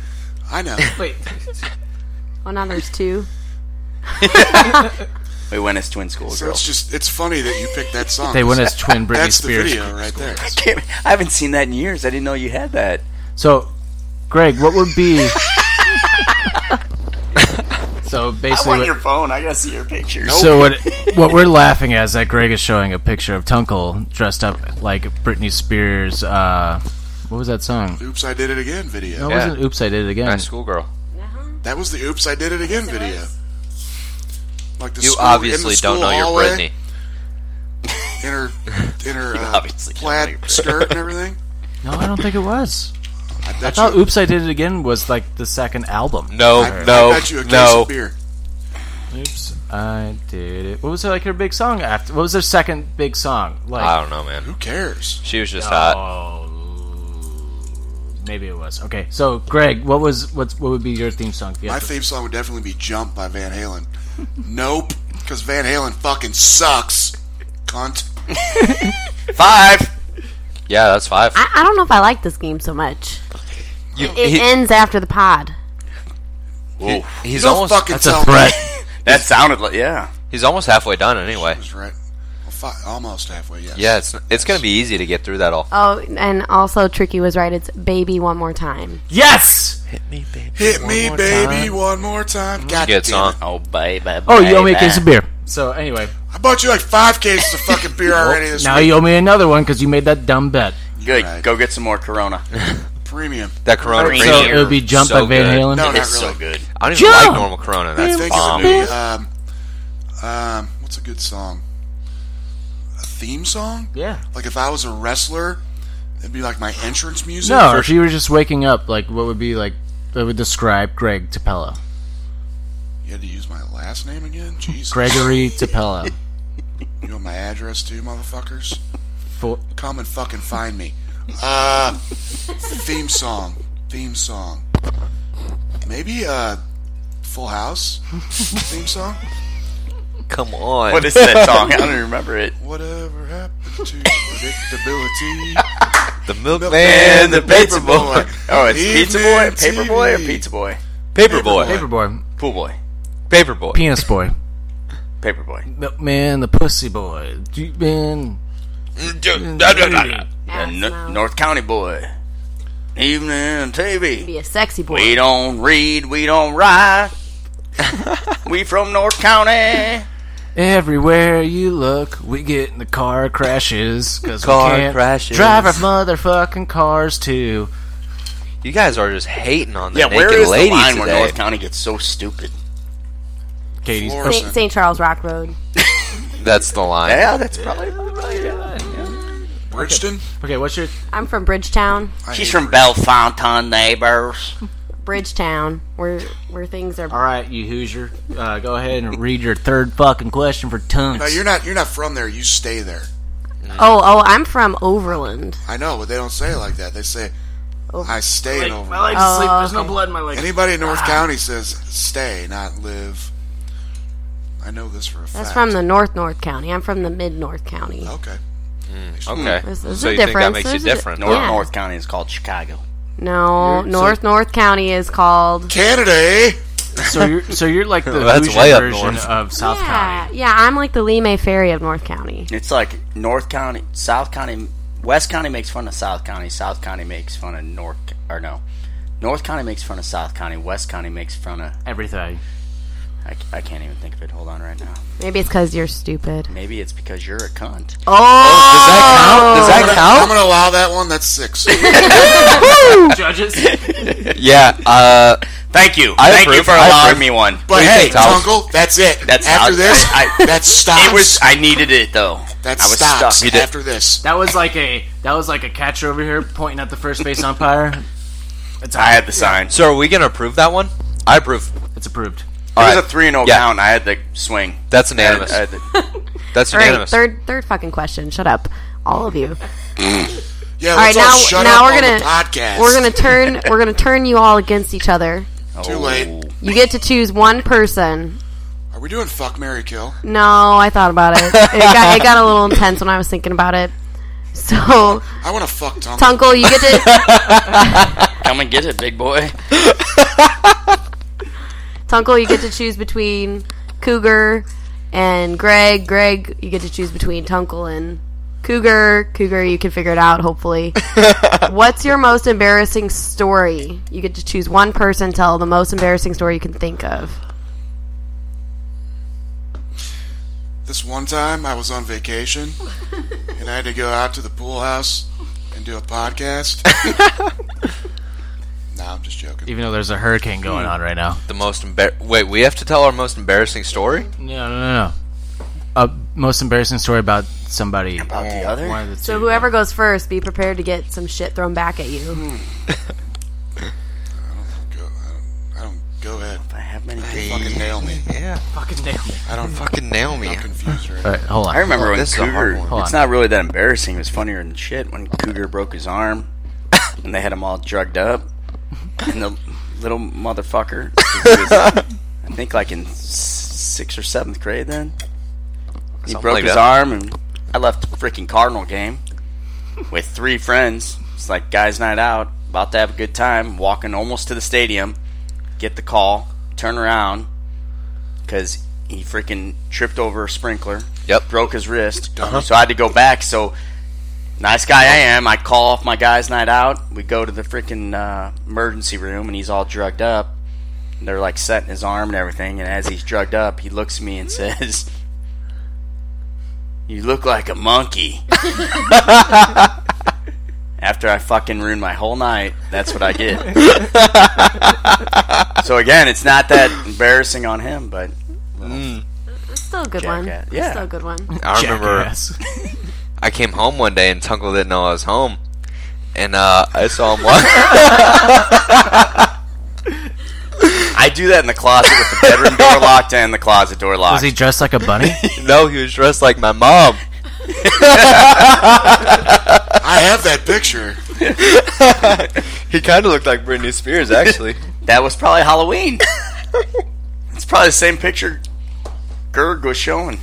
I know. Wait, Oh, now there's two. We went as twin school So girls. it's just it's funny that you picked that song. they went as twin Britney That's the Spears. video right there. Can't- I haven't seen that in years. I didn't know you had that. So, Greg, what would be? so I basically, want what- your phone. I gotta see your pictures. so what? What we're laughing at is that Greg is showing a picture of Tunkel dressed up like Britney Spears. Uh, what was that song? Oops, I did it again video. No, it Yeah. wasn't. Oops, I did it again. Nice schoolgirl. That was the "Oops, I Did It Again" video. Like the You school- in the obviously don't school know your hallway, Britney. In her, in her uh, obviously don't know plaid your Britney. skirt and everything. No, I don't think it was. I bet I thought you, "Oops, I Did It Again" was like the second album. No, I, Oh, I no, bet you a case no. of beer. Oops, I did it. What was like her big song after? What was their second big song? Like I don't know, man. Who cares? She was just hot. Oh, maybe it was. Okay, so Greg, what was what's what would be your theme song? if you My had to- theme song would definitely be "Jump" by Van Halen. nope, because Van Halen fucking sucks. Cunt. Five. Yeah, that's five. I, I don't know if I like this game so much. You, It he- ends after the pod. he- he's Don't almost fucking That's tell a threat. That sounded like yeah. he's almost halfway done anyway. me. That's right. Well, fi- almost halfway. Yes. Yeah, it's it's gonna be easy to get through that all. Oh, and also Tricky was right. It's baby one more time. Yes. Hit me, baby, one more time. God Good damn it. song. Oh baby. Oh, you owe me a baby. case of beer. So anyway, I bought you like five cases of fucking beer already this now week. you owe me another one because you made that dumb bet. Good. Right. Go get some more Corona. Premium. That Corona. Alright, Green So Beer. it would be "Jump" So by Van good. Halen. No, not it's really. so good. I don't even like Jump! normal Corona. That's Think bomb. of a new, um, um, what's a good song? A theme song? Yeah. Like if I was a wrestler, it'd be like my entrance music. No, if you were just waking up, like what would be like that would describe Greg Tapella, You had to use my last name again? Jesus. Gregory Tapella. You want my address too, motherfuckers? For, Come and fucking find me. Uh, theme song. Theme song. Maybe, uh, Full House theme song? Come on. What is that song? I don't even remember it. Whatever happened to predictability? the milkman, the pizza boy, Oh, it's Evening Pizza Boy, Paper Boy, or TV. Pizza Boy? paper boy, Paperboy, Pool Boy, paper boy. penis boy, Paper Boy. milkman, the pussy boy, deep man. mm, Yeah, Ass Nor- mouth. North County Boy. Evening TV. Be a sexy boy. We don't read, we don't write. we from North County. Everywhere you look, we get in the car crashes because Car we can't crashes. drive our motherfucking cars too. You guys are just hating on the yeah, naked where is the ladies line where today. North County gets so stupid? Katie's St. St. Charles Rock Road. That's the line. Yeah, that's probably. Bridgeton? okay. What's your? I'm from Bridgetown. She's from Bellefontaine neighbors. Bridgetown, where where things are. All right, you Hoosier, uh, go ahead and read your third fucking question for tons. No, you're not. You're not from there. You stay there. Oh, oh, I'm from Overland. I know, but they don't say it like that. They say, "I stay in Overland." Oh, sleep. There's There's no no okay. blood in my leg. Anybody in North County says "stay," not "live." I know this for a fact. That's from the North North County. I'm from the Mid North County. Okay. Okay. There's- there's so a you think that difference. makes you There's a di- different? Nor- North Yeah. North County is called Chicago. No, North North County is called. Canada, Oh, eh? So you're so you're like the That's Hoosier way up version north. of South Yeah, County. yeah, I'm like the Lime Ferry of North County. It's like North County, South County, West County makes fun of South County. South County makes fun of North, or no, North County makes fun of South County. West County makes fun of. Everything. I, I can't even think of it. Hold on, right now. Maybe it's because you're stupid. Maybe it's because you're a Does cunt. that Oh, I'm count? gonna allow that one. That's six. Judges. Does that count? Yeah. Uh, Thank you. I Thank you approve. for I allowing approve. me one. But hey, think I'll- Uncle, that's it. That's after out- this. I- that stops. It was. I needed it though. that I was stops stuck. after this. That was like a that was like a catcher over here pointing at the first base umpire. It's I had the sign. so are we gonna approve that one? I approve. it's approved. It was All right. a three and zero Yeah. count. I had the swing. That's I had- unanimous. I had the- That's All right, unanimous. third third fucking question. Shut up, all of you. Yeah, All right, let's all now shut now up we're on gonna the podcast. we're gonna turn we're gonna turn you all against each other. Too Oh. late. You get to choose one person. Are we doing fuck Mary Kill? No, I thought about it. It got, it got a little intense when I was thinking about it. So, I want to fuck Tonka. Tunkel, you get to Come and get it, big boy. Tunkel, you get to choose between Cougar and Greg. Greg, you get to choose between Tunkel and Cougar. Cougar, you can figure it out, hopefully. What's your most embarrassing story? You get to choose one person, tell the most embarrassing story you can think of. This one time I was on vacation and I had to go out to the pool house and do a podcast. nah, I'm just joking. Even though there's a hurricane going on right now. The most embar- wait, we have to tell our most embarrassing story. No, no, no. A most embarrassing story about somebody. About the other? One of the So, two. whoever goes first, be prepared to get some shit thrown back at you. Go, I don't, I don't, go ahead. I have many. Fucking nail me. Yeah, fucking nail me. I don't fucking fucking nail me. confuse her. All right, hold on. I remember Oh, when this is a hard Cougar. one. Hold It's on. not really that embarrassing. It was funnier than shit when Cougar broke his arm and they had him all drugged up. And the little motherfucker, he was, I think like in s- sixth or seventh grade then, he Something broke like his that. arm and I left the freaking Cardinal game with three friends. It's like guys' night out, about to have a good time, walking almost to the stadium, get the call, turn around, because he freaking tripped over a sprinkler. Yep. Broke his wrist. So I had to go back. So nice guy I am. I call off my guys' night out. We go to the freaking uh, emergency room, and he's all drugged up. And they're like setting his arm and everything. And as he's drugged up, he looks at me and says, "You look like a monkey." After I fucking ruined my whole night, that's what I get. so again, it's not that embarrassing on him, but Still a good one. Jackass. Yeah. Still a good one. I remember Jackass. I came home one day and Tunkel didn't know I was home, and uh, I saw him walking. I do that in the closet with the bedroom door locked and the closet door Was locked. he dressed like a bunny? no, he was dressed like my mom. I have that picture. He kind of looked like Britney Spears, actually. that was probably Halloween. it's probably the same picture Gerg was showing.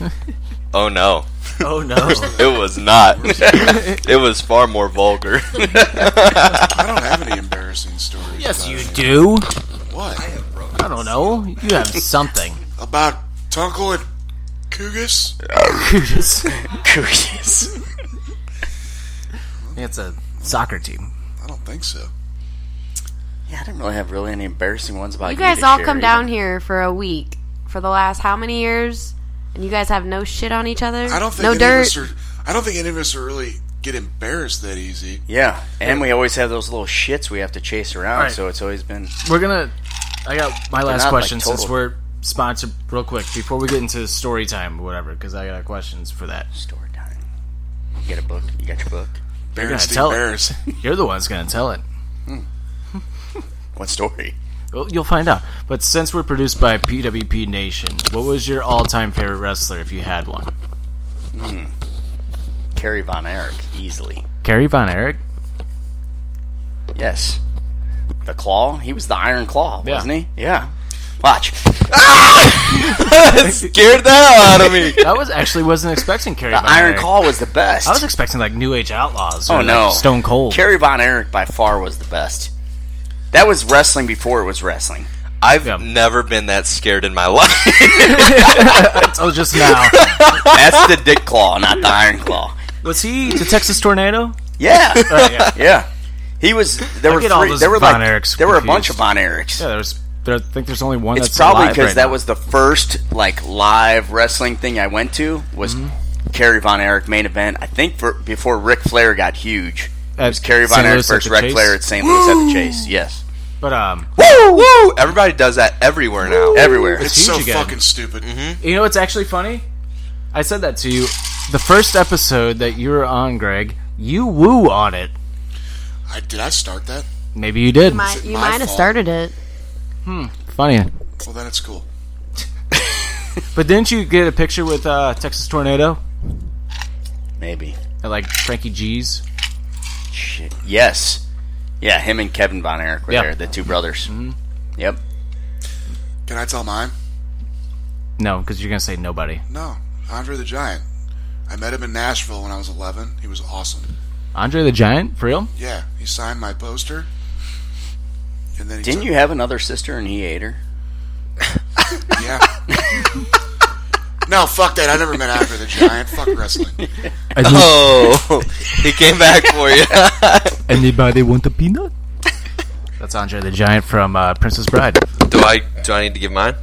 oh no, oh no. it was not. it was far more vulgar. I don't have any embarrassing stories. Yes, about you it. do. What? I don't know. You have something. About Tunkel and Cougus? Curious. It's a soccer team. I don't think so. Yeah, I didn't really have really any embarrassing ones about you. You guys to all share come either. down here for a week for the last how many years? And you guys have no shit on each other? I don't think no any dirt. of us are. I don't think any of us are really get embarrassed that easy. Yeah, and we always have those little shits we have to chase around, Right. so it's always been. We're gonna. I got my last not, like, question since total- we're sponsored. Real quick before we get into story time, or whatever, because I got questions for that. Story time. You get a book. You got your book. Embarrassed, tell it. embarrassed. You're the one's gonna tell it. What story? Well, you'll find out. But since we're produced by PWP Nation, what was your all-time favorite wrestler if you had one? Carrie Von Erich, easily. Kerry Von Erich. Yes. The claw? He was the iron claw, Yeah. wasn't he? Yeah. Watch. Scared the hell out of me. I was actually wasn't expecting Kerry. The Von iron Erich. claw was the best. I was expecting like New Age Outlaws. Or Oh, like, no. Stone Cold. Kerry Von Erich by far was the best. That was wrestling before it was wrestling. I've Yeah. never been that scared in my life. oh, just now. That's the dick claw, not the iron claw. was he the Texas Tornado? Yeah, yeah. yeah. He was. There I were get all three, those there were Von like Erichs there were a bunch confused. of Von Erichs. Yeah, there's. There, I think there's only one. it's that's probably alive because right that now. was the first like live wrestling thing I went to was Mm-hmm. Kerry Von Erich main event. I think for, before Ric Flair got huge, it At was Kerry Von St. Erich Louis at versus the Ric Chase? Flair at St. Louis at the Chase. Yes, But um, woo, woo! Everybody does that everywhere now. everywhere. It's huge so again. Mm-hmm. fucking stupid. you know what's actually funny? I said that to you. The first episode that you were on, Greg, you woo on it. I did. I start that. Maybe you did. My- it you my might have fault? started it. Funny. Well, then it's cool. But didn't you get a picture with uh, Texas Tornado Maybe. at like Frankie G's? Shit. Yes. Yeah, him and Kevin Von Erich were Yeah. Mm-hmm. there, the two brothers. Yep. Can I tell mine? No, because you're gonna say nobody. No, Andre the Giant. I met him in Nashville when I was 11. He was awesome. Andre the Giant, for real? Yeah, he signed my poster. And then he Didn't took- you have another sister and he ate her? Yeah. no, fuck that. I never met Andre the Giant. Fuck wrestling. I do- Oh, he came back for you. Anybody want a peanut? That's Andre the Giant from uh, Princess Bride. do I do I need to give mine?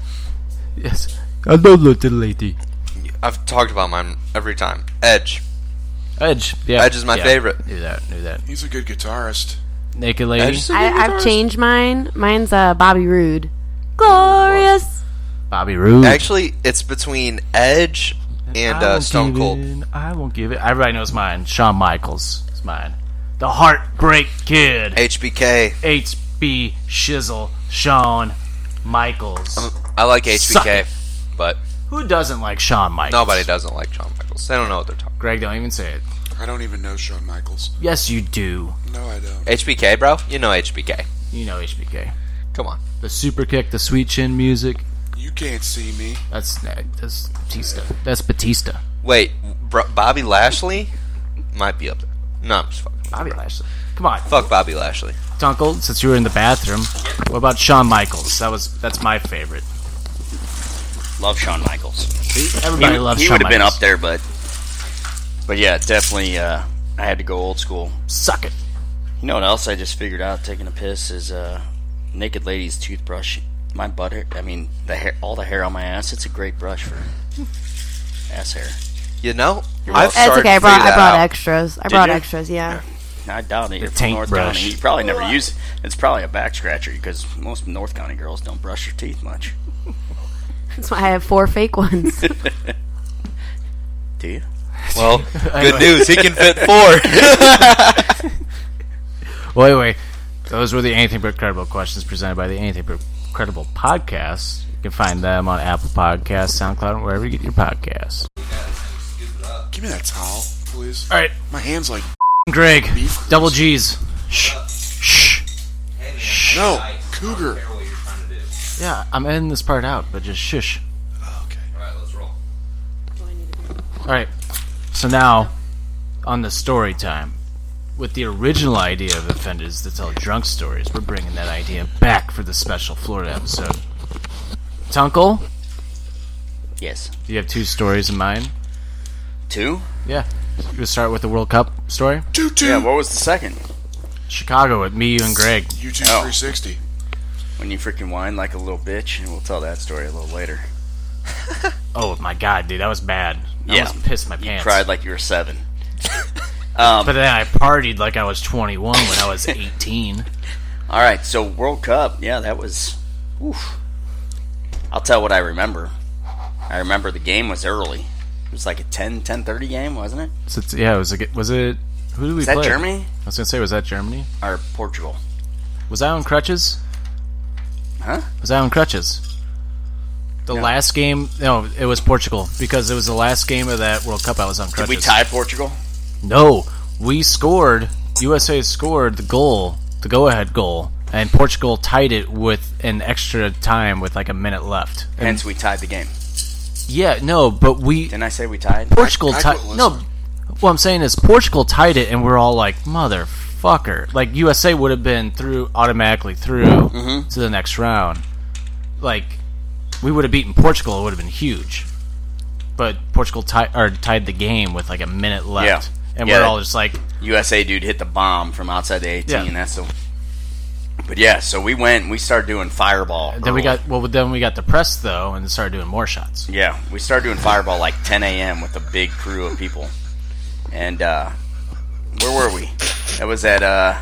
Yes. Hello, little lady. I've talked about mine every time. Edge. Edge. Yeah. Edge is my Yeah. favorite. Knew that. Knew that. He's a good guitarist. Naked lady. Edge. I, I've changed mine. Mine's uh, Bobby Roode. Glorious. Bobby Roode. Actually, it's between Edge and I uh, won't Stone give Cold. in. I won't give it. Everybody knows mine. Shawn Michaels is mine. The Heartbreak Kid. HBK. HB Shizzle. Shawn Michaels. Uh-huh. I like Suck HBK, it. but Who doesn't like Shawn Michaels? nobody doesn't like Shawn Michaels. They don't know what they're talking. Greg, don't even say it. I don't even know Shawn Michaels. Yes, you do. No, I don't. HBK, bro. You know HBK. You know HBK. Come on. The super kick, the sweet chin music. You can't see me. That's that's Batista. That's Batista. Wait, bro, Bobby Lashley might be up there. No, I'm just fucking. Bobby Lashley. Come on, Fuck Bobby Lashley. Tunkle. Since you were in the bathroom, what about Shawn Michaels? That was that's my favorite. Love Shawn Michaels. Everybody he, loves he Shawn would have been Michaels. up there, but but yeah, definitely. Uh, I had to go old school. Suck it. You know what else I just figured out taking a piss is uh, naked lady's toothbrush. My butt. hair- I mean, the hair, all the hair on my ass. It's a great brush for ass hair. You know, I've It's started okay. I to brought figure I that brought out. extras. I brought you? extras. Yeah. I doubt it. You're from taint North brush. County. You probably never use. It's probably a back scratcher because most North County girls don't brush their teeth much. That's why I have four fake ones. Do you? Well, good news. He can fit four. Well, anyway, those were the Anything But Credible questions presented by the Anything But Credible podcast. You can find them on Apple Podcasts, SoundCloud, and wherever you get your podcasts. Give me that towel, please. All right, My hand's like. Greg, double G's. Shh, shh. No, cougar. Yeah, I'm editing this part out, but just shush. Oh, Okay. All right. So now, on the story time, with the original idea of offenders to tell drunk stories, we're bringing that idea back for the special Florida episode. Tunkle, Yes. do you have two stories in mind? Two. Yeah. You start with the World Cup story. Two two. Yeah. What was the second? Chicago with me, you, and Greg. You two Oh. 360. When you freaking whine like a little bitch, and we'll tell that story a little later. Oh my god, dude, that was bad. I Yeah. almost pissed my You pants. cried like you were seven. But then I partied like I was 21 when I was 18. All right, so World Cup, yeah, that was. Oof. I'll tell what I remember. I remember the game was early. It was like a 10, 10.30 game, wasn't it? So it's- yeah, it was it was it? Who did we Is that play? Germany I was gonna say, was that Germany? or Portugal? Was I on crutches? Huh? Was I on crutches? The last game, no, it was Portugal because it was the last game of that World Cup. I was on Did crutches. we tie Portugal? No, we scored. USA scored the goal, the go-ahead goal, and Portugal tied it with an extra time with like a minute left. Hence, we tied the game. Yeah, no, but we Didn't I say we tied? Portugal I tied. don't No, listen. what I'm saying is Portugal tied it, and we're all like, motherfucker. Like USA would have been through automatically through Mm-hmm. to the next round. Like we would have beaten Portugal, it would have been huge. But Portugal tied or tied the game with like a minute left, Yeah. and Yeah, we're that- all just like, USA dude hit the bomb from outside the 18. Yeah. That's the. But yeah, so we went. and We started doing fireball. Then we early. got well. Then we got depressed though, and started doing more shots. Yeah, we started doing Fireball like 10 a.m. with a big crew of people. And uh, where were we? That was at uh,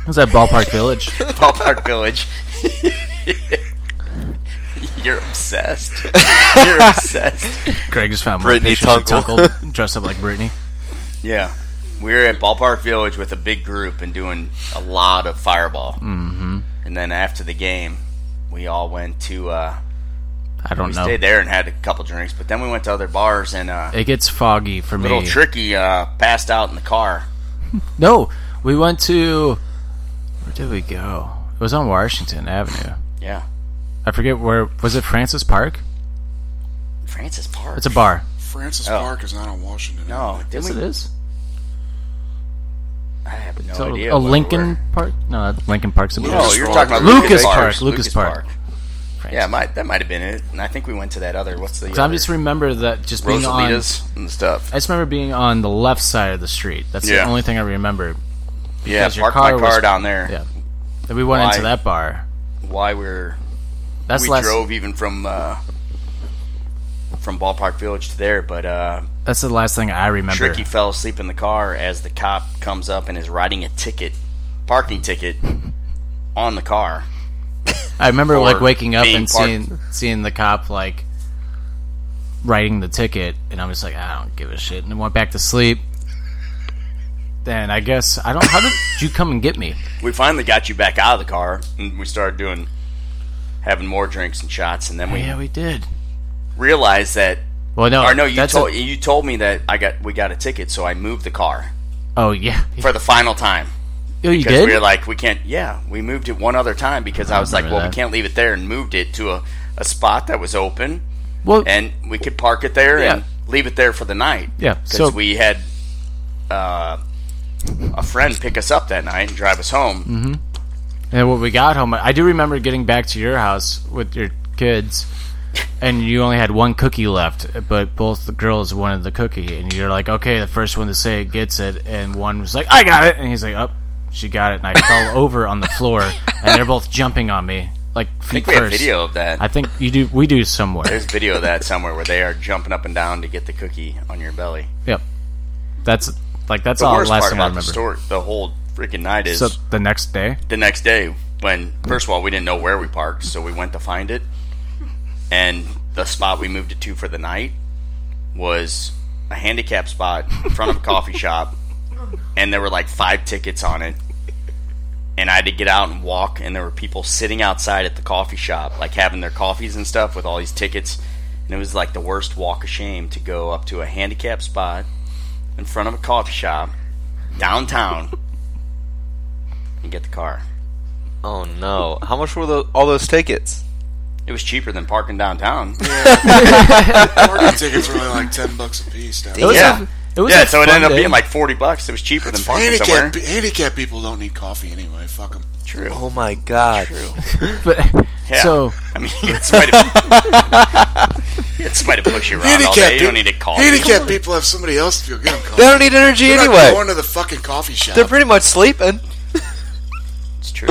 It was at Ballpark Village. Ballpark Village. You're obsessed. You're obsessed. Greg just found Brittany pictures of Tunkel. Tunkel dressed up like Brittany. Yeah, we were at Ballpark Village with a big group and doing a lot of Fireball. Mm-hmm. And then after the game, we all went to. Uh, I don't we know. stayed there and had a couple drinks, but then we went to other bars and uh, It gets foggy for little me. tricky uh, passed out in the car. No, we went to where did we go? It was on Washington Avenue. Yeah, I forget where. Was it Francis Park? Francis Park. It's a bar. Francis Oh. Park is not on Washington. No, Avenue. didn't Yes, we? it is. I have no So, idea. a what Lincoln Park? No, that's Lincoln Park's a No, Oh, you're talking about Lucas Lucas Park. Park. Lucas Lucas Park. we're- Yeah, might, that might have been it. And I think we went to that other. What's the? Because I other- just remember that just being on. Rosalitas and stuff. I just remember being on the left side of the street. That's Yeah. the only thing I remember. Yeah, Because your parked my car car was- down there. Yeah, that we went Why- into that bar. Why we're That's we less- drove even from uh, from Ballpark Village to there, but uh, That's the last thing I remember. Tricky fell asleep in the car as the cop comes up and is writing a ticket, parking ticket, on the car. I remember for like waking up being and parked- seeing seeing the cop like writing the ticket, and I'm just like, I don't give a shit, and I went back to sleep. Then I guess I don't. How did you come and get me? We finally got you back out of the car, and we started doing having more drinks and shots, and then we Yeah, we did. realized that. Well, no, or no, you that's told a- you told me that I got we got a ticket, so I moved the car Oh yeah. for the final time. Oh, you because did. we were like, we can't. Yeah, we moved it one other time because I, was like, remember well, that. we can't leave it there, and moved it to a, a spot that was open, well, and we could park it there Yeah. and leave it there for the night. Yeah, because so- we had uh, a friend pick us up that night and drive us home. hmm And when we got home, I do remember getting back to your house with your kids, and you only had one cookie left, but both the girls wanted the cookie, and you're like, okay, the first one to say it gets it, and one was like, I got it, and he's like, oh, she got it, and I fell over on the floor, and they're both jumping on me like feet think we have first. video of that. I think you do. We do somewhere. There's video of that somewhere where they are jumping up and down to get the cookie on your belly. yep. That's like that's the all. worst last part thing I about the remember. story, the whole freaking night is so the next day. the next day when first of all we didn't know where we parked so we went to find it and the spot we moved it to for the night was a handicap spot in front of a coffee shop and there were like five tickets on it and i had to get out and walk and there were people sitting outside at the coffee shop like having their coffees and stuff with all these tickets and it was like the worst walk of shame to go up to a handicap spot in front of a coffee shop downtown and get the car Oh no! How much were tho- all those tickets? It was cheaper than parking downtown. Parking tickets were only like 10 bucks a piece down Yeah, there. yeah. It was a so it fun ended up day. being like forty bucks. It was cheaper than parking somewhere. Handicap, handicap people don't need coffee anyway. Fuck them. True. Oh my god! But Yeah. so I mean, it's somebody, to, you get somebody to push you around all day. You don't need to call. Handicap people have somebody else to go get them coffee. They don't need energy They're not anyway. going to the fucking coffee shop. They're pretty much sleeping. It's true.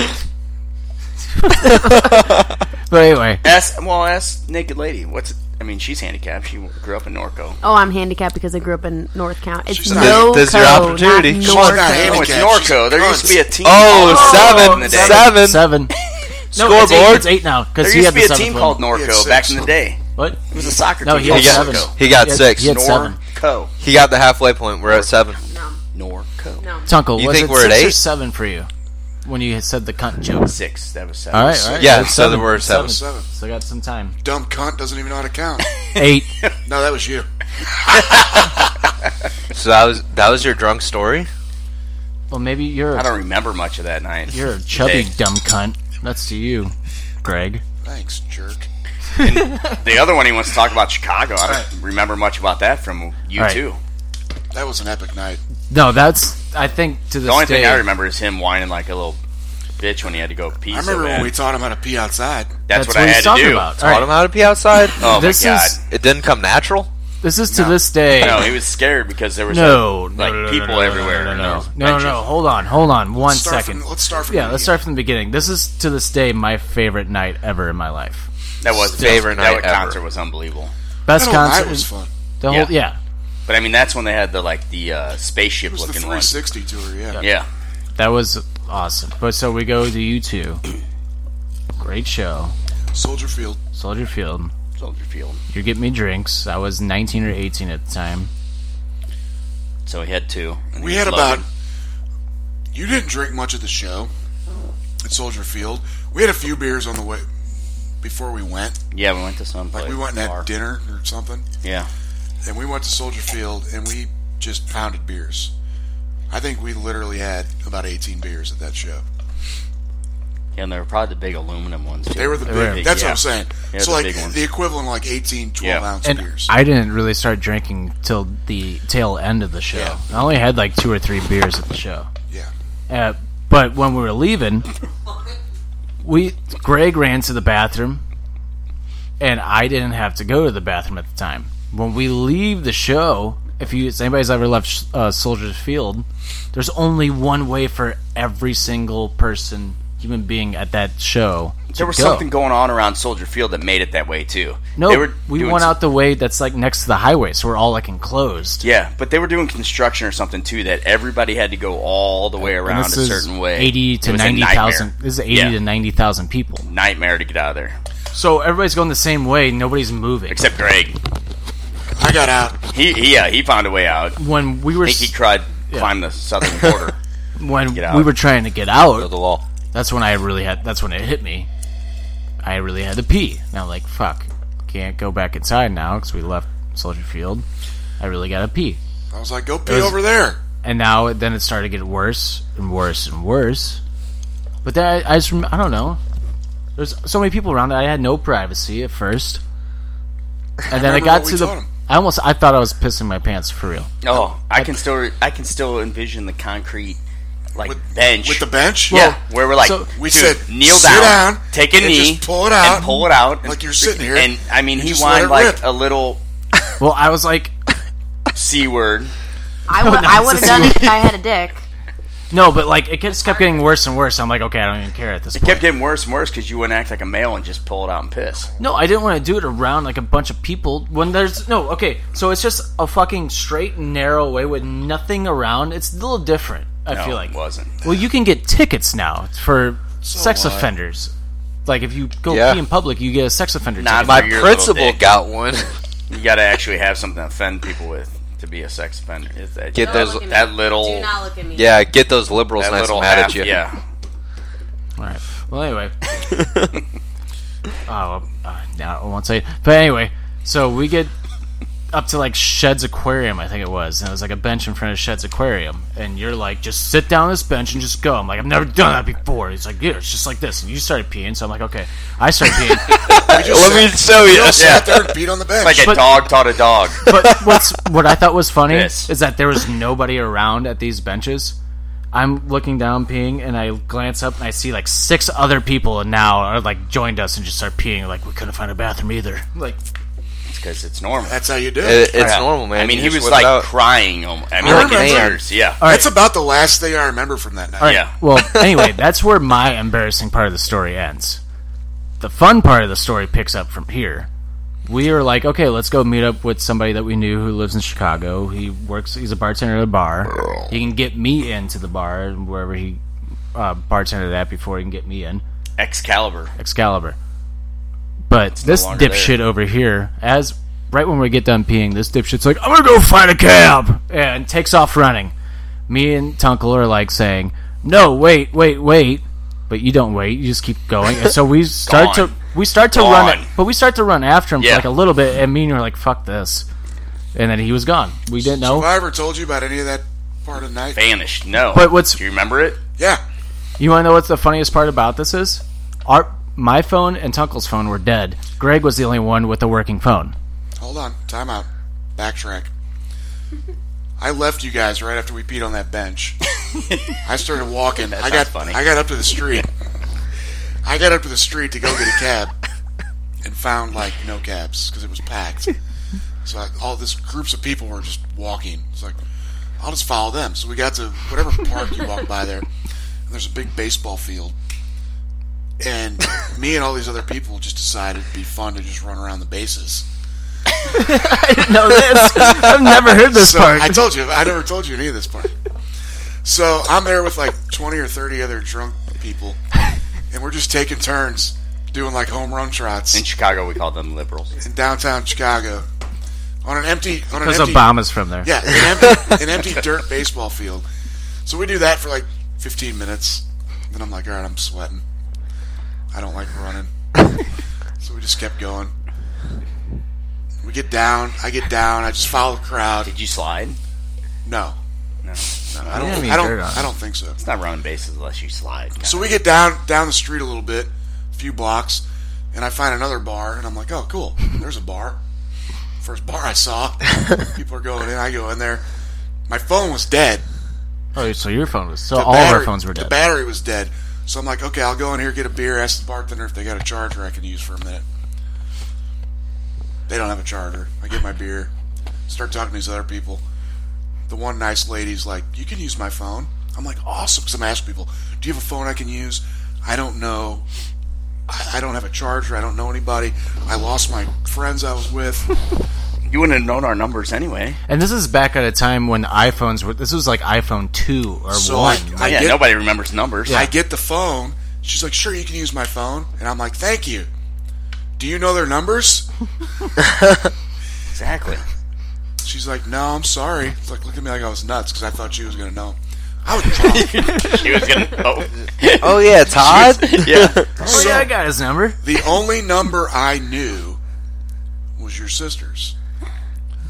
But anyway, ask well, ask naked lady. What's? I mean, she's handicapped. She grew up in Norco. Oh, I'm handicapped because I grew up in North County. It's She's not- no this is your code, opportunity. Not Come on, Norco. not handicapped. It's Norco. There used to be a team. Oh, called Norco back in seven, the day. seven. seven. No, it's eight- Scoreboard. it's eight now because There he used had to the be a seventh team one. called Norco back in the day. What? It was a soccer No, team. he called He got, seven. Norco. he got He had- six. he had seven. Norco. He got the halfway point. We're at seven. Norco. Tunkel, You was think it we're at six or eight? seven for you when you had said the cunt joke? Six. That was seven. All right, all right. Yeah, that's so there were seven. Seven. So I got some time. Dumb cunt doesn't even know how to count. Eight. no, that was you. So that was that was your drunk story. Well, maybe you're I don't remember much of that night. you're a chubby Hey, dumb cunt. That's to you, Greg. Thanks, jerk. the other one he wants to talk about Chicago. I don't remember much about that from you All right. too. That was an epic night. No, that's I think to this The only day. thing I remember is him whining like a little bitch when he had to go pee. I so remember bad. when we taught him how to pee outside. That's, That's what, what I he's had to talking do. about. Taught All right. him how to pee outside. Oh This my god! is- It didn't come natural. This is to this day. No, he was scared because there was No, like, no, no, no, people no, no, everywhere. No, and no, there no, no, was no. Hold on, hold on. One Let's start second. From, let's start from yeah, the let's start from the beginning. This is to this day my favorite night ever in my life. benches. That was Favorite that night That ever. concert was unbelievable. Best That whole night concert. was fun. The Yeah. whole yeah. But I mean, that's when they had the like the uh, It spaceship was the looking one. 360 tour, yeah. Yeah, That was awesome. But so we go to U two. Great show. Soldier Field. Soldier Field. Soldier Field. You're getting me drinks. I was 19 or 18 at the time. So he had two. and We he had was about. loaded. You didn't drink much at the show at Soldier Field. We had a few beers on the way before we went. yeah. We went to some Like place. we went and bar. had dinner or something, Yeah. and we went to Soldier Field and we just pounded beers. I think we literally had about 18 beers at that show. Yeah, and they were probably the big aluminum ones. Too. They were the big. were- that's yeah. what I'm saying. Yeah, so the like big ones. the equivalent of like 18, 12 Yeah. ounce And beers. I didn't really start drinking till the tail end of the show. Yeah. I only had like two or three beers at the show. yeah. Uh, but when we were leaving, we Greg ran to the bathroom, and I didn't have to go to the bathroom at the time. When we leave the show, if you if anybody's ever left uh, Soldier's Field, there's only one way for every single person, human being at that show. To There was go. something going on around Soldier Field that made it that way too. No, they were we doing went some- out the way that's like next to the highway, so we're all like enclosed. Yeah, but they were doing construction or something too that everybody had to go all the way around this a is certain way. Eighty to It was a ninety thousand. nightmare. This is eighty Yeah, to ninety thousand people. nightmare to get out of there. So everybody's going the same way. Nobody's moving. Except Greg, I got out. he, he yeah he found a way out. When we were I think he s- tried climb the southern border. when Get out. we were trying to get out, Build a wall. that's when I really had. That's when it hit me. I really had to pee. Now, like, fuck, can't go back inside now because we left Soldier Field. I really gotta pee. I was like, go pee was- over there. And now, then it started to get worse and worse and worse. But then I, I just, rem- I don't know. There's so many people around that I had no privacy at first. And then I, remember got what to we the. taught 'em. I almost, I thought I was pissing my pants for real. Oh, I can still re- I can still envision the concrete like bench With the bench? Yeah, where we're like, so- We dude, said, kneel sit down, down take a and knee, just pull it out and pull it out, like and- you're sitting here, And I mean, and he just whined let it like rip. a little Well, I was like, c word. I would I would have done it if I had a dick. no, but like it just kept getting worse and worse. I'm like, okay, I don't even care at this It point. kept getting worse and worse because you wouldn't act like a male and just pull it out and piss. No, I didn't want to do it around like a bunch of people when there's no okay. So it's just a fucking straight narrow way with nothing around. It's a little different. I No, feel like it wasn't. Well, you can get tickets now for sex what? offenders. Like if you go Yeah. pee in public, you get a sex offender Not ticket. my- My Your little principal dick. got one. You got to actually have something to offend people with to be a sex offender. It's that, that, Get those- li- that little, Do not look at me. yeah, get those liberals that nice little and mad half, at you. yeah. All right. Well, anyway. oh, uh, no, I won't say. It. But anyway, so we get up to like Shed's Aquarium, I think it was, and it was like a bench in front of Shed's Aquarium, and you're like, just sit down on this bench and just go. I'm like, I've never done that before. He's like, yeah, it's just like this, and you started peeing, so I'm like, okay, I started peeing. Let me show you. I sat there and peed on the bench. Like a But- dog taught a dog. but what's what I thought was funny Yes. is that there was nobody around at these benches. I'm looking down peeing, and I glance up and I see like six other people, and now are like joined us and just start peeing. Like we couldn't find a bathroom either. Like because it's normal. That's how you do It- it. it's normal, man. I mean, You he just was whip it like out. crying. almo- I mean, I like in remember. tears. Yeah. That's about the last thing I remember from that night. All right. Yeah. Well, anyway, that's where my embarrassing part of the story ends. The fun part of the story picks up from here. We are like, okay, let's go meet up with somebody that we knew who lives in Chicago. He works; he's a bartender at a bar. He can get me into the bar wherever he uh, bartended at before he can get me in. Excalibur. Excalibur. But this longer dipshit over here, as right when we get done peeing, this dipshit's like, I'm gonna go find a cab and takes off running. Me and Tunkel are like saying, No, wait, wait, wait. But you don't wait, you just keep going. And so we start to Gone. we start to run Gone. but we start to run after him Yeah. for like a little bit and me and you're like, fuck this. And then he was gone. We didn't Have know. I ever told you about any of that part of the night? Vanished. No. But what's- Do you remember it? Yeah. You wanna know what's the funniest part about this is? Our my phone and Tunkel's phone were dead. Greg was the only one with a working phone. Hold on. Time out. Backtrack. I left you guys right after we peed on that bench. I started walking. That I got sounds funny. I got up to the street. I got up to the street to go get a cab and found like no cabs because it was packed. So I, all this groups of people were just walking. It's like I'll just follow them. So we got to whatever park you walk by there, and there's a big baseball field. And me and all these other people just decided it'd be fun to just run around the bases. know this. I've never heard this so part. I told you, I never told you any of this part. So I'm there with like 20 or 30 other drunk people, and we're just taking turns doing like home run trots In in, Chicago, we call them liberals. downtown Chicago on an empty on an Because empty Obama's from there. yeah an empty, an empty dirt baseball field. So we do that for like 15 minutes. Then I'm like, all right, I'm sweating. I don't like running. so we just kept going. We get down. I get down. I just follow the crowd. Did you slide? No. No. No, I don't. didn't think- mean I dirt don't. on I don't think so. It's not running bases unless you slide. So we get down down the street a little bit, a few blocks, and I find another bar, and I'm like, oh, cool. There's a bar. First bar I saw. People are going in. I go in there. My phone was dead, Oh, so your phone was so The all of battery- our phones were The dead. battery was dead. So I'm like, okay, I'll go in here, get a beer, ask the bartender if they got a charger I can use for a minute. They don't have a charger. I get my beer, start talking to these other people. The one nice lady's like, you can use my phone. I'm like, awesome. Because I'm asking people, do you have a phone I can use? I don't know. I, I don't have a charger. I don't know anybody. I lost my friends I was with. You wouldn't have known our numbers anyway. and this is back at a time when iPhones were. This was like iPhone two or So one. I- I yeah, get- nobody remembers numbers. I get the phone. She's like, sure, you can use my phone. And I'm like, thank you. Do you know their numbers? exactly. She's like, no, I'm sorry. It's like, look at me like I was nuts because I thought she was going to know. I was drunk. She was gonna. Oh, Oh yeah, Todd. yeah. oh yeah, I got his number. the only number I knew was your sister's.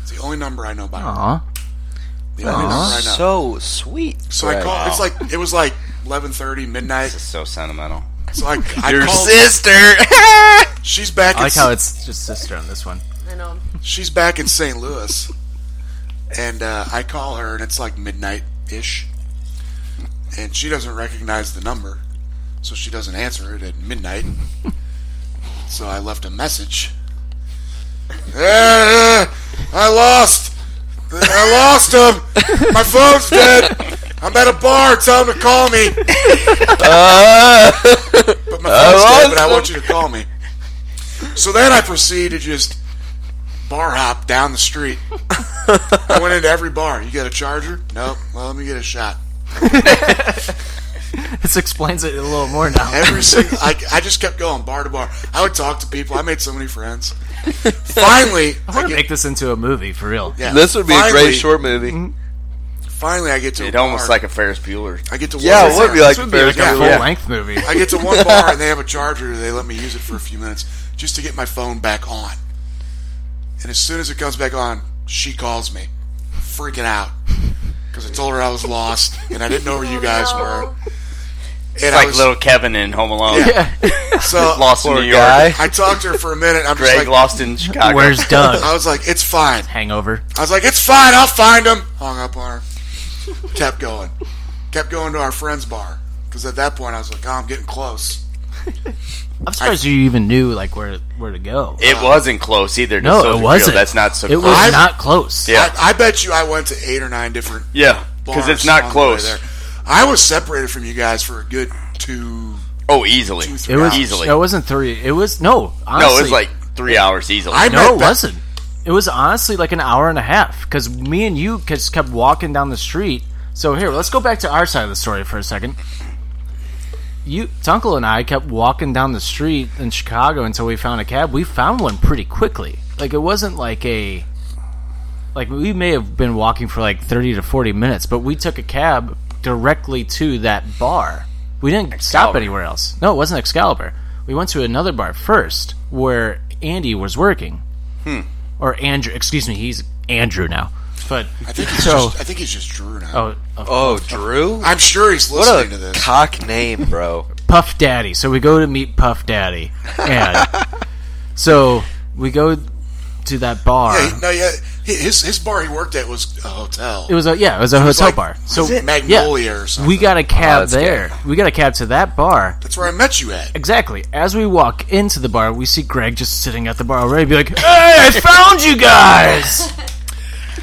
It's the only number I know by heart. Aw. The only number I know. So, So sweet. I Greg. called. It's like it was like 11:30 midnight. This is so sentimental. So I, I your called. sister. She's back. I in like how it's just sister on this one. I know. she's back in St. Louis, and uh, I call her, and it's like midnight ish, and she doesn't recognize the number, so she doesn't answer it at midnight. so I left a message. "Eh, I lost. I lost him. My phone's dead. I'm at a bar. Tell him to call me. but my phone's dead. But I want you to call me. So then I proceed to just bar hop down the street. I went into every bar. You got a charger? Nope. Well, let me get a shot. This explains it a little more now. Every single, I, I just kept going bar to bar. I would talk to people. I made so many friends. Finally, I I want to get, make this into a movie for real. yeah, This would be a finally- great short movie. Finally, I get to It a almost bar. like a Ferris Bueller. I get to Yeah, one Oh, it would be bar. like This would be Ferris like a Bueller. full Yeah. length movie. I get to one bar and they have a charger. They let me use it for a few minutes just to get my phone back on. And as soon as it comes back on, she calls me, freaking out because I told her I was lost and I didn't know where you guys were. And It's I like was, little Kevin in Home Alone. so Lost in New York. guy. I talked to her for a minute. I'm Greg just like, lost in Chicago. Where's Doug? I Uh, was like, it's fine. Hangover. I was like, it's fine. I'll find him. Hung up on her. Kept going. Kept going to our friend's bar because at that point I was like, oh, I'm getting close. I'm surprised you even knew like where where to go. It wasn't close either. to No, Soldier it Field. wasn't. That's not so. It close. was I'm- not close. Yeah. I, I bet you I went to eight or nine different Yeah, bars because it's not along the way close. there. I was separated from you guys for a good two. Oh, easily. Two, three It was Easily. No, it wasn't three. It was no. Honestly, No, it was like three hours easily. I no, met it that- wasn't. It was honestly like an hour and a half because me and you just kept walking down the street. So here, let's go back to our side of the story for a second. You, Tunkel, and I kept walking down the street in Chicago until we found a cab. We found one pretty quickly. Like it wasn't like a like we may have been walking for like 30 to 40 minutes but we took a cab directly to that bar we didn't stop Excalibur. anywhere else no it wasn't excalibur we went to another bar first where andy was working Hmm. or andrew excuse me he's andrew now but I think he's so just. I think he's just Drew now. oh, oh, Oh, Drew. I'm sure he's What listening to a this. cock name, bro. Puff Daddy. So we go to meet Puff Daddy, and so we go to that bar. Hey, no, yeah, his his bar he worked at was a hotel. It was a yeah, it was a hotel like- Oh, bar. So Magnolia or something. we got a cab that's there. We got a cab to that bar. That's where I met you at. Exactly. As we walk into the bar, we see Greg just sitting at the bar already, be like, "Hey, I found you guys."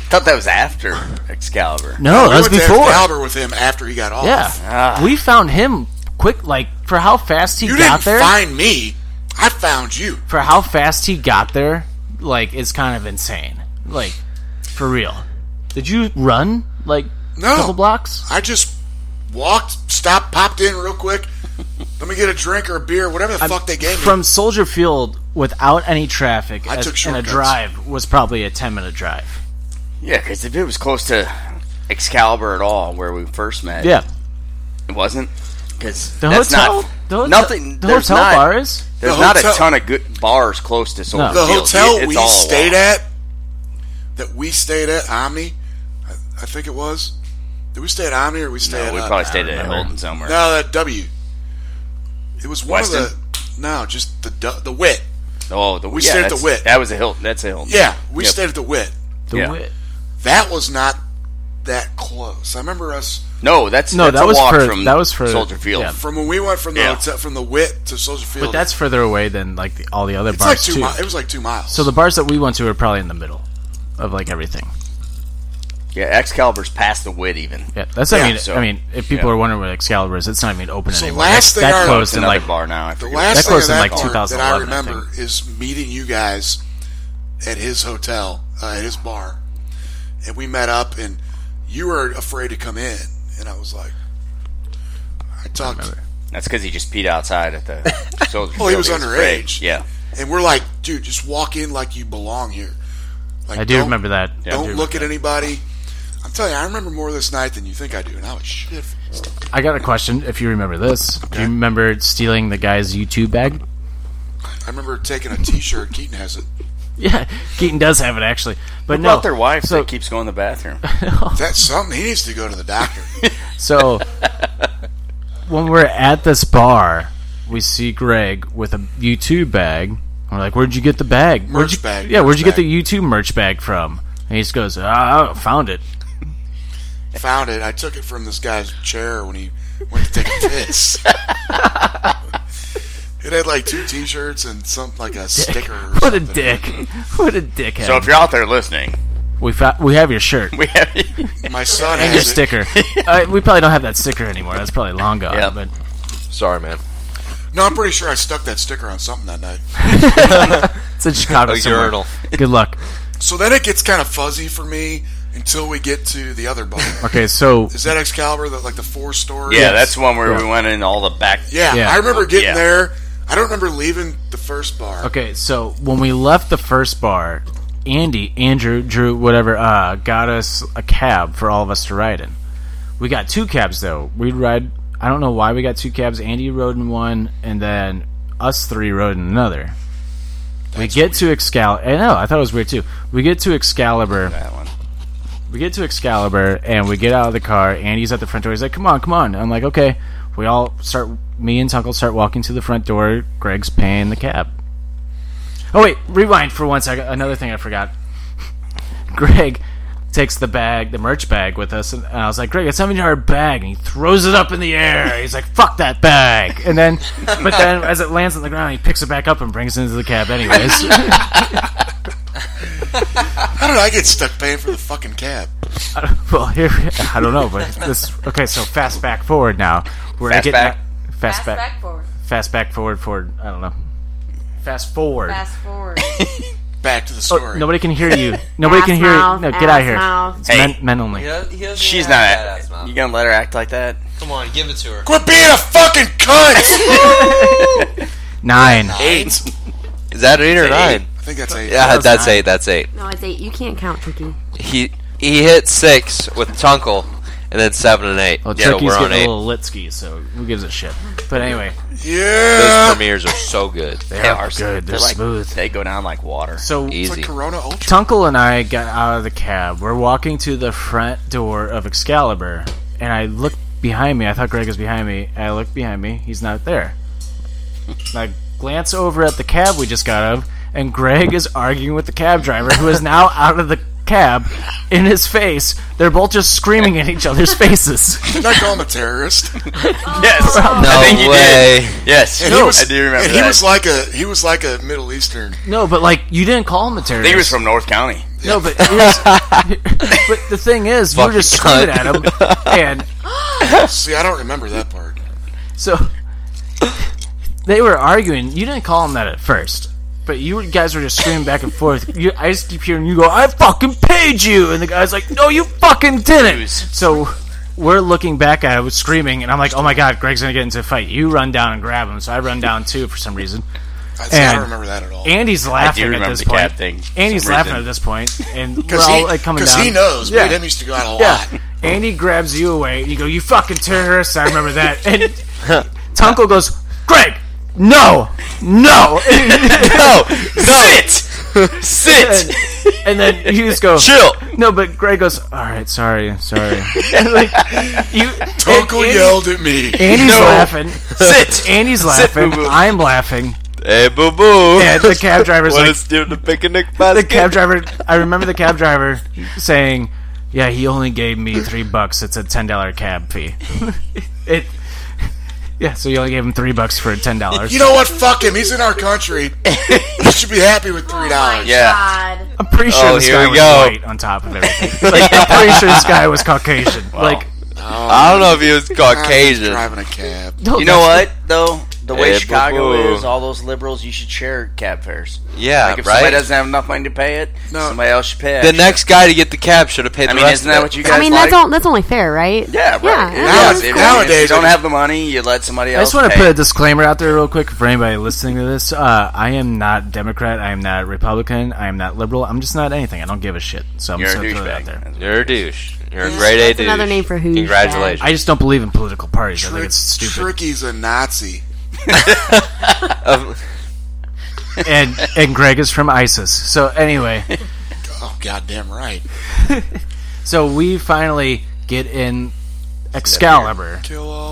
thought that was after Excalibur. No, that was we went before. to Albert with him after he got off. Yeah, we found him quick. Like for how fast he you got didn't there, find me. I found you. for how fast he got there, like it's kind of insane. Like for real. Did you run like No. couple blocks? I just walked, stopped, popped in real quick. Let me get a drink or a beer, whatever the fuck they gave me. From Soldier Field without any traffic I as- took and a shortcuts. drive was probably a ten minute drive. Yeah, because if it was close to Excalibur at all, where we first met, Yeah. it wasn't. Because The that's hotel, not the hotel nothing. the there's hotel not, bar is There's The not a hotel- ton of good bars close to Soldier No. the Field. hotel It's we all stayed along. at, that we stayed at, Omni, I, I think it was. Did we stay at Omni or we stayed No, at we uh, probably stayed at remember. Hilton somewhere. No, that W. It was one of Weston? the. No, just the Du- the Wit. Oh, the, We yeah, stayed at the that's- Wit. That was a Hilton. That's a Hilton. Yeah, we Yep. stayed at the Wit. the Yeah. wit. That was not that close. I remember us No, that's No, That's that a was walk for- from that was for- Soldier Field. yeah. From when we went from the Yeah. hotel, from the wit to Soldier Field, But that's further away than like the, all the other it's bars like two. too. Mi- it was like two miles. so the bars that we went to are probably in the middle of like everything. Yeah, Excalibur's past the wit even. Yeah, that's. I mean, I mean, if people are wondering what Excalibur is, it's not even open So anymore. last that, thing that I- closed in another like bar now. I The forget what last That thing closed in, that like, part that I 2011, I remember is meeting you guys at his hotel, uh, at his bar, and we met up, and you were afraid to come in, and I was like, I talked, That's because he just peed outside at the Soldier Field. Oh, he was afraid. underage. Yeah. and we're like, dude, just walk in like you belong here. Like, I do don't- remember that. I do Don't remember look at anybody. I'm telling you, I remember more this night than you think I do, and I was shit. I got a question. If you remember this, do you remember stealing the guy's YouTube bag? I remember taking a T-shirt. Keaton has it. Yeah, Keaton does have it actually, but What no. about their wife So- that keeps going to the bathroom? That's something. He needs to go to the doctor. So when we're at this bar, we see Greg with a U2 bag. We're like, "Where'd you get the bag? Merch where'd you, bag, Yeah, where'd merch you get the U2 merch bag from?" And he just goes, "Ah, I found it." Found it. I took it from this guy's chair when he went to take a piss. it had like two T-shirts and something like a sticker. Or What a something. dick! What a dickhead! so if you're out there listening, we fa- we have your shirt we have My son and has your it. sticker. uh, we probably don't have that sticker anymore. That's probably long gone. Yeah. But Sorry, man. No, I'm pretty sure I stuck that sticker on something that night. it's in Chicago. A somewhere. urinal. Good luck. So then it gets kind of fuzzy for me until we get to the other bar. Okay, so Is that Excalibur? The, like the four story? Yeah, that's one where we went in all the back. Yeah, Yeah. I remember getting Yeah. there. I don't remember leaving the first bar. Okay, so when we left the first bar, Andy, Andrew, Drew, whatever, uh, got us a cab for all of us to ride in. We got two cabs though. We'd ride. I don't know why we got two cabs. Andy rode in one, and then us three rode in another. we get to Excalibur. I know. I thought it was weird too. We get to Excalibur. That one. We get to Excalibur and we get out of the car. Andy's at the front door. He's like, "Come on, come on!" I'm like, "Okay." We all start. Me and Tunkle start walking to the front door. Greg's paying the cab. Oh wait, rewind for one second. Another thing I forgot. Greg takes the bag, the merch bag, with us, and and I was like, "Greg, it's not even our bag," and he throws it up in the air. He's like, "Fuck that bag!" And then, but then as it lands on the ground, he picks it back up and brings it into the cab, anyways. How did I get stuck paying for the fucking cab? Well, here I don't know, but this okay. So fast back forward now. We're Fast getting back? fast, Fast back, back forward. fast back forward forward. I don't know. Fast forward. Fast forward. Back to the story. Oh, Nobody can hear you. Nobody can Ass hear mouth, you. No, get out ass of here. mouth. It's Hey. men, men only. He does- he doesn't She's even not. have badass mouth. You gonna let her act like that? Come on, give it to her. Quit being a fucking cunt. Nine. eight. Is that eight or nine? I think that's eight. Yeah, that's eight. That's eight. No, it's eight. You can't count, Oh Tricky. He he hit six with Tunkel, and then seven and eight. Well, yeah, Turkey's we're on getting eight. a little lit ski, so who gives a shit? But anyway, Those Yeah. premieres are so good. they They are are so- good. They're, like- smooth. They go down like water. so It's like Easy. Corona Ultra. Tunkel and I got out of the cab. We're walking to the front door of Excalibur, and I looked behind me. I thought Greg was behind me. I looked behind me. He's not there. And I glance over at the cab we just got out of, and Greg is arguing with the cab driver, who is now out of the cab in his face. They're both just screaming in each other's faces. Didn't I call him a terrorist? yes, No I think you way. did. Yes, And he was, I do remember and that. he was like a he was like a Middle Eastern. No, but like you didn't call him a I terrorist. think he was from North County. No, but it was, but the thing is, you were Fucking just screaming cunt. at him, and See, I don't remember that part. So they were arguing. You didn't call him that at first, but you guys were just screaming back and forth. You, I just keep hearing you go, "I fucking paid you," and the guy's like, "No, you fucking didn't." So we're looking back at it, screaming, and I'm like, "Oh my god, Greg's gonna get into a fight." You run down and grab him, so I run down too for some reason. I, see, I And- don't remember that at all. Andy's laughing at remember this the point. cab thing for Andy's some laughing reason. at this point, and we're Because all he, like coming 'cause down. he knows. Yeah. Yeah. Me and him used to go out a Yeah. lot. Andy grabs you away. You go, you fucking terrorist. I remember that. And Tunkel goes, Greg, no, no. No, no. Sit, sit, and then you just go, chill. no, but Greg goes, all right, sorry, sorry. And like, you, Uncle and Andy- yelled at me. Andy's No. laughing. Sit. Andy's laughing. boo-boo. I'm laughing. Hey, boo boo. And the cab driver's What like, is doing the picnic the basket? cab driver. I remember the cab driver saying, Yeah, he only gave me three bucks. It's a ten dollar cab fee. it. Yeah, so you only gave him three bucks for ten dollars. You know what? Fuck him. He's in our country. He should be happy with Oh three dollars. Yeah. I'm pretty sure Oh, this here guy we was go. white on top of everything. Like, I'm pretty sure this guy was Caucasian. Like, I don't know if he was Caucasian. Oh, Driving a cab. you know what though? The way Eh, Chicago boo-boo. is, all those liberals, you should share cab fares. Yeah, like if right? somebody doesn't have enough money to pay it, somebody else should pay. The it. next guy to get the cab should have paid. I the mean, rest isn't of that it. what you I guys mean, like? that's all, that's only fair, right? Yeah, right. Yeah. If- if you Nowadays- don't have the money, you let I somebody else. just want to pay. put a disclaimer out there real quick for anybody listening to this. Uh, I am not Democrat. I am not Republican. I am not liberal. I'm just not anything. I don't give a shit. So I'm You're just a gonna throw that out there. douchebag. You're a douche. You're a Yeah, grade A that's douche. another name for who's Congratulations. I just don't believe in political parties. I think it's stupid. Tricky's a Nazi. Of- and and Greg is from ISIS. So anyway, Oh, goddamn right. so we finally get in Excalibur.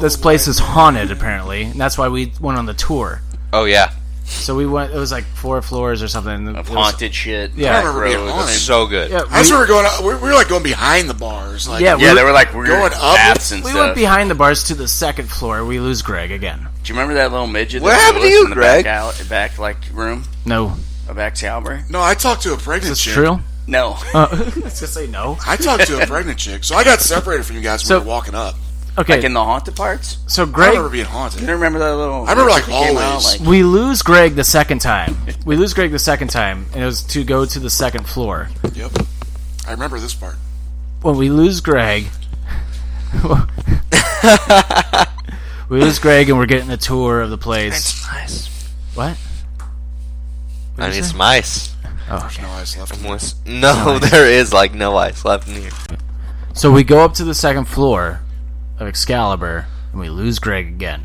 This place is haunted apparently, and that's why we went on the tour. Oh yeah, So we went. It was like four floors or something. Of haunted shit. Yeah, I remember being haunted. That's so good. Yeah, I just we- remember going. up- We we were like going behind the bars. Like, Yeah, we Yeah, were- they were, like, weird going up. baths and We went behind the bars to the second floor. We lose Greg again. Do you remember that little midget? What that happened blew to us you, in the back Greg? alley- Back, like room, No, a back chamber. No, I talked to a pregnant Is this chick. true? No. Uh, Let's just say no. I talked to a pregnant chick, so I got separated from you guys So- when we were walking up. Okay. Like in the haunted parts. So I Greg, remember being haunted. You remember that little? I remember like midget that came out, always. like- we lose Greg the second time. We lose Greg the second time, and it was to go to the second floor. Yep. I remember this part. When we lose Greg, we lose Greg, and we're getting a tour of the place. What? I need some ice. Oh, No ice left. Almost- No, there is like no ice left in here. So we go up to the second floor of Excalibur, and we lose Greg again.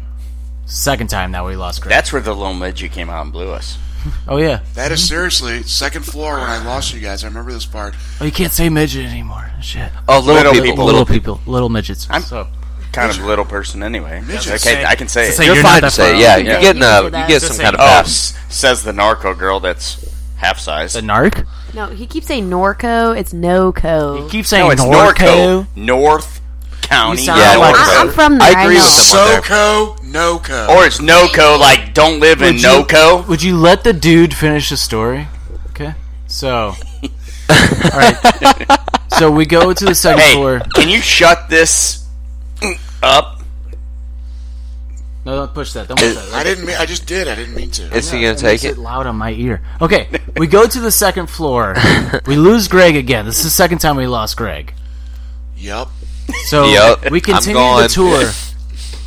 Second time now we lost Greg. That's where the little midget came out and blew us. Oh yeah. That is seriously second floor when I lost you guys. I remember this part. Oh, you can't say midget anymore. Shit. Oh, little little people. Little, Little people. Little midgets. I'm so kind of a little person anyway. I can, I can say Just it. say you're not that far off. Yeah. You uh, can say you that. get Just some say kind of that. pass. Says the narco girl that's half size. The narc? No, he keeps saying Norco. It's Noco. He keeps no, it's Norco. North County. You sound Yeah, like- Norco. I- I'm from there, I agree I know. with someone Soco, Noco. Or it's Noco, like don't live in Noco. You, would you let the dude finish the story? Okay. So. all right. So we go to the second Hey, floor. can you shut this up? No, don't push that. Don't push that. I didn't mean. I just did. I didn't mean to. Is he gonna take it? Loud on my ear. Okay, we go to the second floor. We lose Greg again. This is the second time we lost Greg. Yep. So Yup, we I'm continue the going. tour,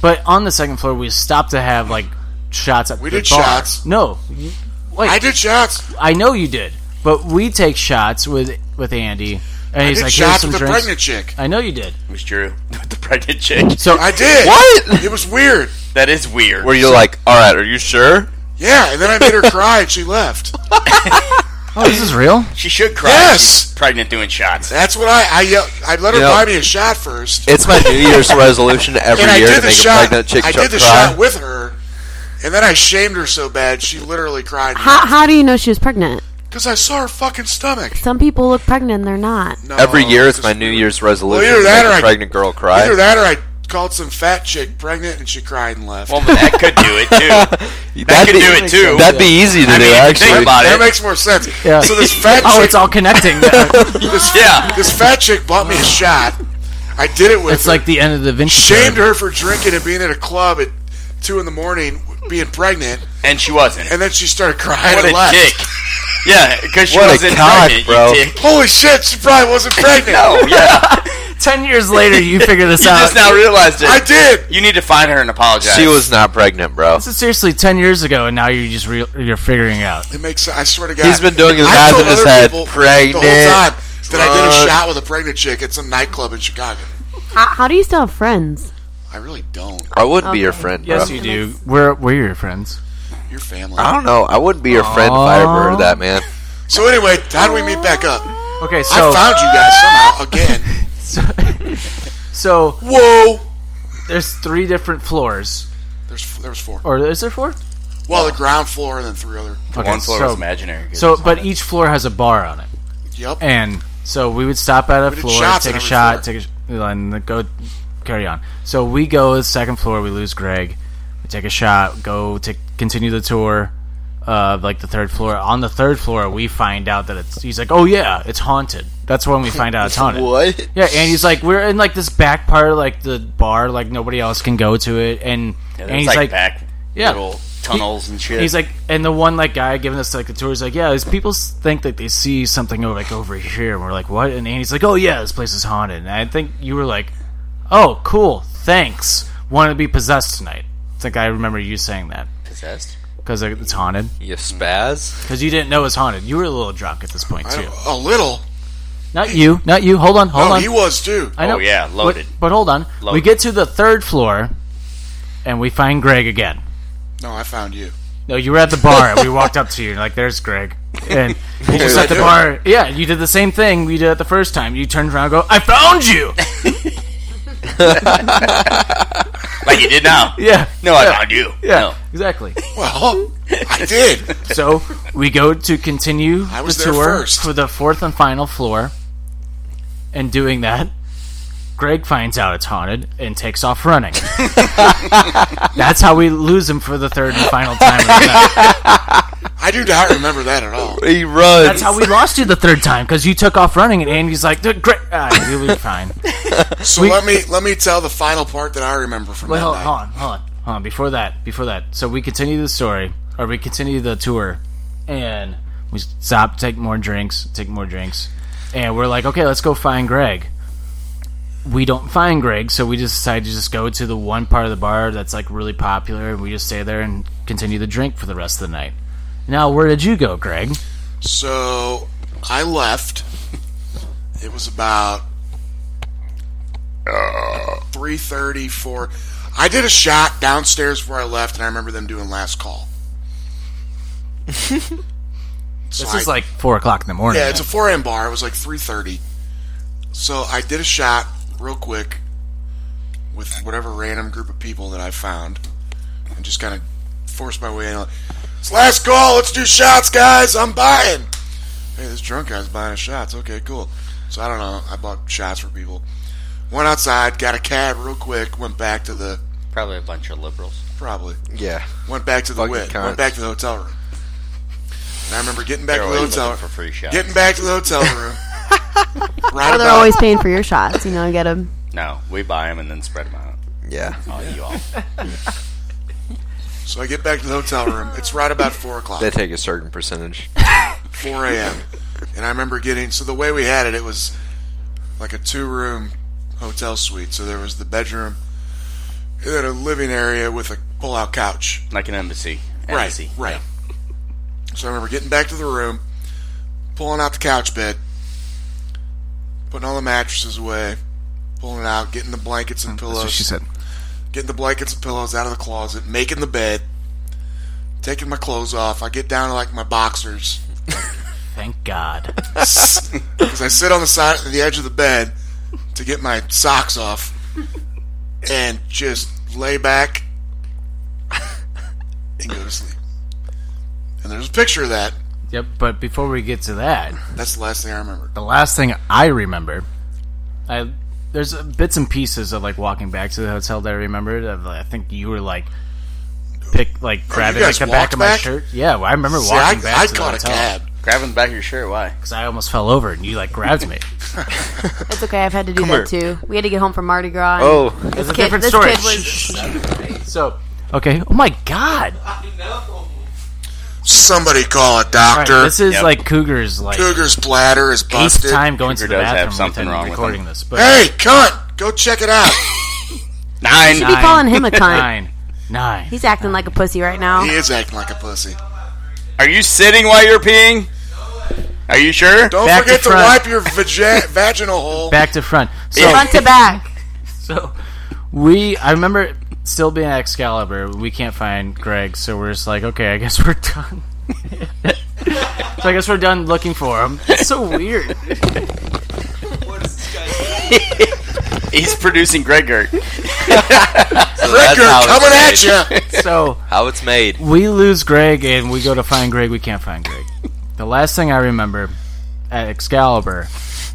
but on the second floor we stop to have like shots at We the did bar. shots. No, Wait. I did shots. I know you did, but we take shots with with Andy, and I he's did like, "Here's shots some with the drinks." pregnant chick. I know you did. It was Drew with the pregnant chick. So I did. What? It was weird. That is weird. Where you're like, all right, are you sure? Yeah, and then I made her cry, and she left. Oh, this is real. She should cry. Yes. She's pregnant doing shots. That's what I I yell- I let her You know- buy me a shot first. It's my New Year's resolution every and I year did to the make shot. a pregnant chick I cry. did the shot with her, and then I shamed her so bad she literally cried How, how do you know she was pregnant? because I saw her fucking stomach. Some people look pregnant and they're not. every year, it's my New Year's resolution either to that make or a I- pregnant girl cry. Either that, or I called some fat chick pregnant, and she cried and left. Well, but that could do it too. that could be, do it too. That'd be easy to I do, mean, actually. Think about that it. makes more sense. Yeah. So this fat oh, chick, it's all connecting. now. this, yeah. this fat chick bought me a shot. I did it with it's her. like the end of the Vinci. shamed Code. her for drinking and being at a club at two in the morning, being pregnant, and she wasn't. and then she started crying what and a left. dick. Yeah, because she What a wasn't cock, pregnant, bro. you dick. Holy shit, she probably wasn't pregnant. No, yeah. Ten years later, you figure this you out. just now realized it. I did. You need to find her and apologize. She was not pregnant, bro. This is seriously ten years ago, and now you're just re- you're figuring it out. It makes. I swear to God, He's been doing his I math told in his other head. people Pregnant. the whole time that I did a drunk. shot with a pregnant chick at some nightclub in Chicago. How, how do you still have friends? I really don't. I wouldn't be your Okay. friend, bro. Yes, you do. We're we're your friends. Your family. I don't know. I wouldn't be your friend if I ever heard that, man. So anyway, how do we meet back up? Okay, so I found you guys somehow again. so Whoa. there's three different floors, There's there was four. or is there four? Well, the ground floor and then three other. one floor was imaginary. So, but each floor has a bar on it, Yep. and So we would stop at a did floor, shots take on a every shot, floor. take a and then go carry on. So we go to the second floor. We lose Greg. We take a shot. Go to continue the tour of like the third floor. On the third floor, we find out that it's. He's like, "Oh yeah, it's haunted." That's when we find out it's haunted. What? Yeah, and he's like, "We're in like this back part, like the bar, like nobody else can go to it." And Yeah, and there's he's like, like, back yeah. little tunnels and shit. He's like, and the one like guy giving us like the tour is like, yeah, these people s- think that they see something over like over here, and we're like, what? And Andy's like, oh yeah, this place is haunted. And I think you were like, oh cool, thanks. Want to be possessed tonight? I think I remember you saying that possessed. because it's haunted. You spaz? Because you didn't know it was haunted. You were a little drunk at this point I too. don't- a little. Not you. Not you. Hold on. Hold no, on. he was too. I know. Oh, yeah, But- loaded. But, hold on. We Loaded. get to the third floor, and we find Greg again. No, I found you. No, you were at the bar, and we walked up to you, and like, "There's Greg," and you just was I at the doing? bar. Yeah, you did the same thing we did it the first time. You turned around, and go, "I found you." Like you did now. Yeah, No, I found you. yeah, No. exactly. Well, I did. So we go to continue I was the there tour first. for the fourth and final floor, and doing that, Greg finds out it's haunted and takes off running. That's how we lose him for the third and final time. of the night. I do not remember that at all. He runs. That's how we lost you the third time because you took off running, and Andy's like, "Dude, "Greg, ah, you'll be fine." So let me let me tell the final part that I remember from Wait, that hold, night. hold on, hold on, hold on. Before that, before that. So we continue the story, or we continue the tour, and we stop, take more drinks, take more drinks, and we're like, okay, let's go find Greg. We don't find Greg, so we just decide to just go to the one part of the bar that's like really popular, and we just stay there and continue to drink for the rest of the night. Now, where did you go, Greg? So I left. It was about uh, three thirty four. I did a shot downstairs where I left, and I remember them doing last call. so This I- is like four o'clock in the morning. yeah, it's a four a.m. bar. It was like three thirty. So I did a shot real quick with whatever random group of people that I found, and just kind of forced my way in. like, It's last call. Let's do shots, guys. I'm buying. Hey, this drunk guy's buying us shots. Okay, cool. So I don't know. I bought shots for people. Went outside, got a cab real quick. Went back to the Probably a bunch of liberals. probably Yeah. went back to the Fucking wit. cunts. Went back to the hotel room. And I remember getting back They're to the always hotel looking for free shots. Getting back to the hotel room. right Well, they're about- always paying for your shots. You know, you get them. No, we buy them and then spread them out. Yeah. Oh, you all. So I get back to the hotel room. It's right about four o'clock, They take a certain percentage. four a.m. And I remember getting. So the way we had it, it was like a two-room hotel suite. So there was the bedroom, and then a living area with a pull-out couch. Like an embassy. Right, Embassy. right. So I remember getting back to the room, pulling out the couch bed, putting all the mattresses away, pulling it out, getting the blankets and Mm, That's pillows, what she said. getting the blankets and pillows out of the closet, making the bed, taking my clothes off. I get down to like my boxers Thank God. because I sit on the side, the edge of the bed, to get my socks off, and just lay back and go to sleep. And there's a picture of that. Yep. But before we get to that, That's the last thing I remember. the last thing I remember, I there's uh, bits and pieces of like walking back to the hotel that I remembered. Of, like, I think you were like pick like grabbing like guys the back walked of my back? shirt. Yeah, well, I remember See, I, walking back I to the caught a hotel cab. Grabbing the back of your shirt. Why? because I almost fell over and you like grabbed me. It's okay. I've had to do that too. We had to get home from Mardi Gras. and Oh, It's a kid- different this story. kid was so okay. Oh my God. All Somebody call a right, doctor. this is Yep. like Cougars like Cougar's bladder is eighth busted. time going to Cougar the does have bathroom something within wrong with recording him. this. But Hey, cunt! Go check it out. Nine. Keep calling him a cunt. nine, nine. he's acting like a pussy right now. he is acting like a pussy. Are you sitting while you're peeing? Are you sure? Don't Back to forget to, front. wipe your vagi- vaginal hole. back to front. So Front to back. So we, I remember still being at Excalibur. We can't find Greg, so we're just like, okay, I guess we're done. so I guess we're done looking for him. It's so weird. He's producing Greg Gert. that's Ricker, how coming it's at made. you. So How it's made. we lose Greg, and we go to find Greg. We can't find Greg. The last thing I remember at Excalibur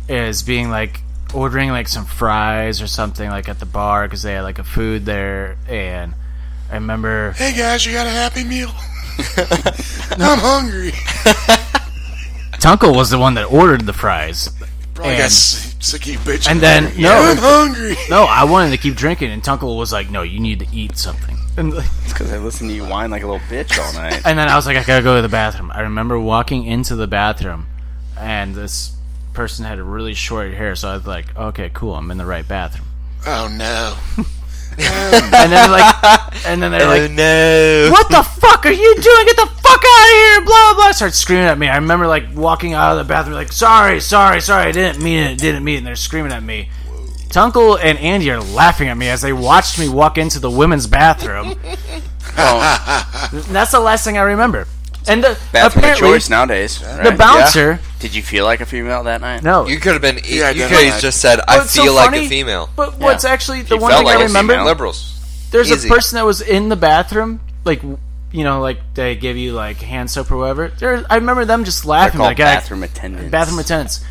is being like ordering like some fries or something like at the bar because they had like a food there, and I remember Hey guys, you got a happy meal? I'm hungry. Tunkel was the one that ordered the fries. Probably got s- sick of you bitch. And then no, I'm hungry. No, I wanted to keep drinking, and Tunkel was like, "No, you need to eat something." And like, It's because I listen to you whine like a little bitch all night. and then I was like, "I gotta go to the bathroom." I remember walking into the bathroom, and this person had really short hair, so I was like, "Okay, cool, I'm in the right bathroom." Oh no. And then like, and then they're like, no. "What the fuck are you doing? Get the fuck out of here!" Blah blah. Start screaming at me. I remember like walking out of the bathroom, like, "Sorry, sorry, sorry, I didn't mean it, didn't mean it." And they're screaming at me. Tunkel and Andy are laughing at me as they watched me walk into the women's bathroom. Oh. And that's the last thing I remember. And the, Bathroom of apparently, choice nowadays. Right? the bouncer. Yeah. Did you feel like a female that night? No, You could have been. I you don't could know. have just said, Well, "I it's so feel like funny, a female." But what's actually the He one felt thing like I a remember? female. Liberals. There's Easy. a person that was in the bathroom, like you know, like they give you like hand soap or whatever. There, I remember them just They're laughing. called Like bathroom I, attendants. bathroom attendants.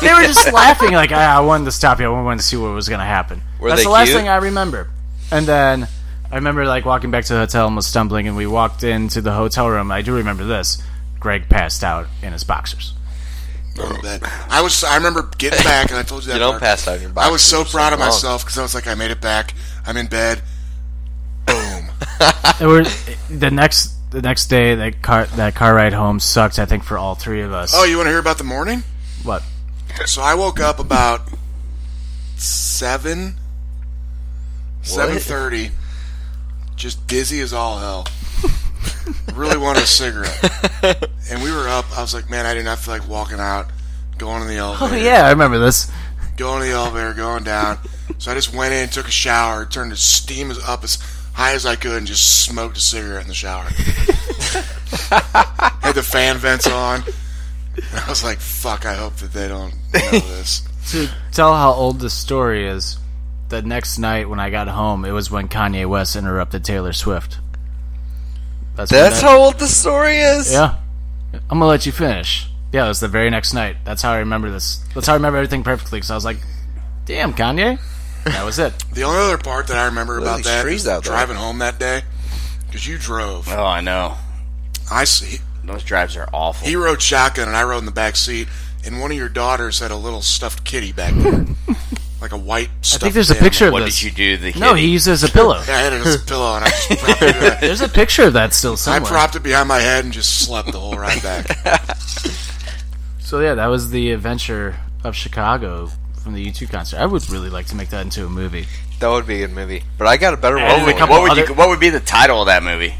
they were just laughing. Like "Ah, I, I wanted to stop you. I wanted to see what was going to happen. Were That's they the last cute? thing I remember. And then I remember like walking back to the hotel and was stumbling. And we walked into the hotel room. I do remember this. Greg passed out in his boxers. Remember that. I was. I remember getting back, and I told you that. You don't part. pass out in your I was so boxers, proud of wrong. myself because I was like, I made it back. I'm in bed. Boom. It was the next the next day that car that car ride home sucked. I think for all three of us. oh, you want to hear about the morning? What? So I woke up about seven, seven thirty, just dizzy as all hell. really wanted a cigarette, and we were up. I was like, man, I did not feel like walking out, going in the elevator. Oh yeah, I remember this. going to the elevator, going down. So I just went in, took a shower, turned the steam as- up as high as I could, and just smoked a cigarette in the shower. Had the fan vents on. And I was like, fuck, I hope that they don't know this. To tell how old this story is, the next night when I got home, it was when Kanye West interrupted Taylor Swift. That's, when That's that- how old the story is. Yeah, I'm gonna let you finish. Yeah, it was the very next night. That's how I remember this. That's how I remember everything perfectly. Because I was like, "Damn, Kanye." That was it. The only other part that I remember about these that trees is out there. driving home that day, because you drove. Oh, I know. I see. Those drives are awful. He rode shotgun, and I rode in the back seat. And one of your daughters had a little stuffed kitty back there, like a white. I Stuffed think there's a animal. picture of what this. did you do? to The no, kitty? he used it as a pillow. Yeah, I had it as a pillow, and I just propped it up. There's a picture of that still I somewhere. propped it behind my head and just slept the whole ride back. So yeah, that was the adventure of Chicago from the U2 concert. I would really like to make that into a movie. That would be a good movie. But I got a better And one. a couple What What would, Other- you, what would be the title of that movie?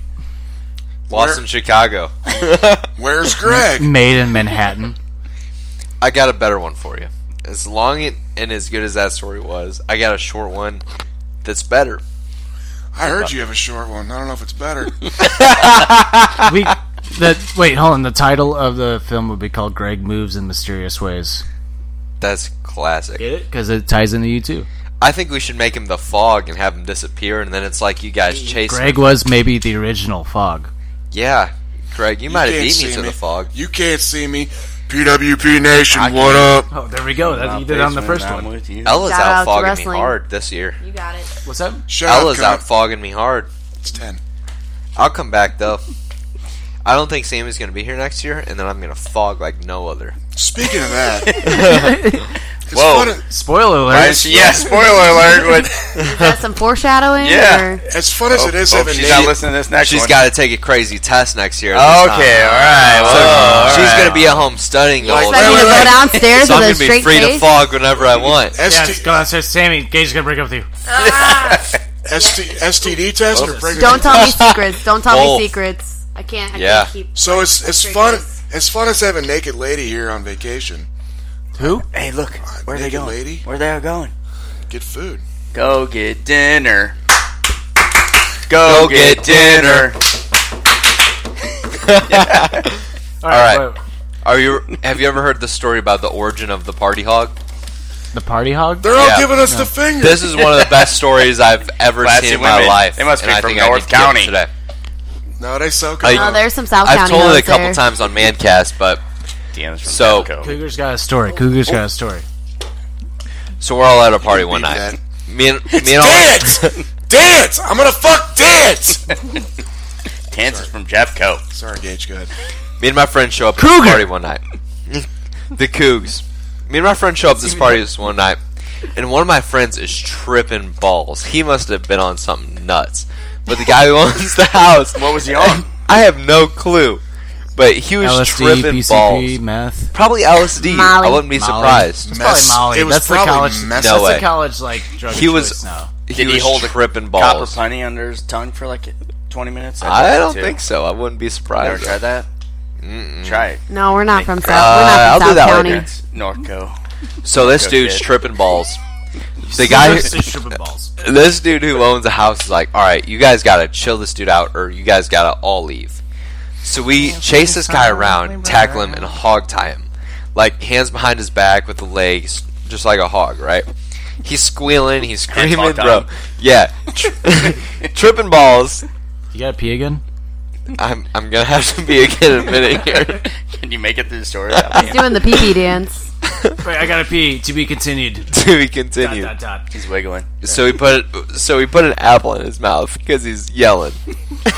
would- Lost in Chicago. Where's Greg? Made in Manhattan. I got a better one for you. As long it, and as good as that story was, I got a short one that's better. I heard you have a short one. I don't know if it's better. we the wait, hold on. The title of the film would be called "Greg Moves in Mysterious Ways." That's classic. Get it? Because it ties into U2. I think we should make him the fog and have him disappear, and then it's like you guys chase Greg him. was maybe the original Fog. Yeah, Greg, you, You might have can't beat me see to the fog. You can't see me. PWP Nation, what up? Oh, there we go. That, Wow, you did it on the basement, first I'm one. with you. Ella's Shout out out to fogging me wrestling. hard this year. You got it. What's up? Shut Ella's up, out cunt. fogging me hard. It's 10. I'll come back though. I don't think Sammy's gonna be here next year, and then I'm gonna fog like no other. Speaking of that, it's Whoa. funny- Spoiler alert. Yes, yeah, spoiler alert. With, Is that some foreshadowing? Yeah. Or? as fun as it is oh, having she's not Nate, listening to this next She's one. got to take a crazy test next year. Okay, all right. So Well, all she's right. gonna be at home studying the Like, whole Expect me to time. wait, wait, go wait. downstairs So I'm with a gonna be straight free to face? fog whenever I want. Yeah, ST, just go downstairs. Sammy, Gage gonna break up with you. ST, STD test Oh. or pregnancy Don't tell me secrets. Don't tell Both. me secrets. I can't. I Yeah. can't keep. So it's, it's Drink fun this. It's fun as having naked lady here on vacation. Hey, look. Where are they Naked going? lady? Where they are going? Get food. Go Oh, get dinner. Go, get, dinner. All right. wait. Are you? Have you ever heard the story about the origin of the party hog? The party hog. They're all Yeah. giving us the finger. This is one of the best stories I've ever Classy seen in my women. life. They must and be I from think I North need to give it County. Today. no, they so I- good. Oh, there's some South I've County. told it a hoes couple there. times on Mancast, but Deanna's from So- Mexico. Cougar's got a story. Cougar's got a story. So we're all at a party one night. Me and me and all Dance! Dance! I'm gonna fuck dance! Dance is from Jeffco. Sorry, Gage. Go ahead. Me and my friend show up at this party one night. the Cougs. Me and my friend show up at this party this one night, and one of my friends is tripping balls. He must have been on something nuts. But the guy who owns the house, what was he on? I have no clue. But he was LSD, tripping PCP, balls. meth. Probably LSD. Molly. I wouldn't be Molly. surprised. It's probably Mess. Molly. It was That's the probably college- mess. No that's the way. college, like, drug He of was. choice now. He Did he was hold a tripping Copper balls. Plenty under his tongue for like 20 minutes? I don't think so. I wouldn't be surprised. Never tried that? Mm-mm. Try it. No, we're not from South. Uh, I'll we're not from do South that County. later. Norco. So this Norco dude's kid. tripping balls. The guy, This is tripping balls. this dude who owns a house is like, all right, you guys gotta chill this dude out, or you guys gotta all leave. So we chase this guy around, tackle him, and hog tie him, like hands behind his back with the legs, just like a hog, right? He's squealing, he's screaming, hog tie bro. him. Yeah, Tri- tripping balls. You gotta pee again? I'm I'm gonna have to be again in a minute here. Can you make it through the story? He's doing the pee pee dance. Wait, I gotta pee. To be continued. to be continued. Dot, dot, dot. He's wiggling. So he put so he put an apple in his mouth because he's yelling.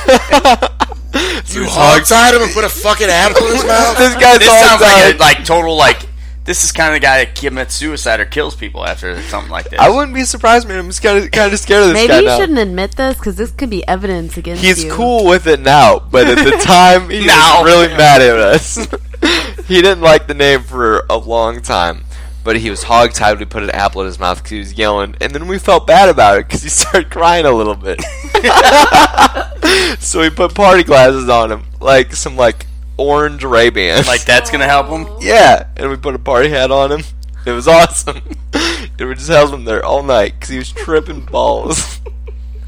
You hog tied him and put a fucking apple in his mouth? This guy's this all sounds like tired. a, like total like this is kind of the guy that commits suicide or kills people after something like this. I wouldn't be surprised, man. I'm just kind of kind of scared of this Maybe guy you now. shouldn't admit this because this could be evidence against He's you. cool with it now, but at the time he was really mad at us. he didn't like the name for a long time, but he was hog-tied. We put an apple in his mouth because he was yelling, and then we felt bad about it because he started crying a little bit. so we put party glasses on him, like some like orange Ray Bans. like that's gonna help him. Yeah, and we put a party hat on him. It was awesome. and we just held him there all night because he was tripping balls.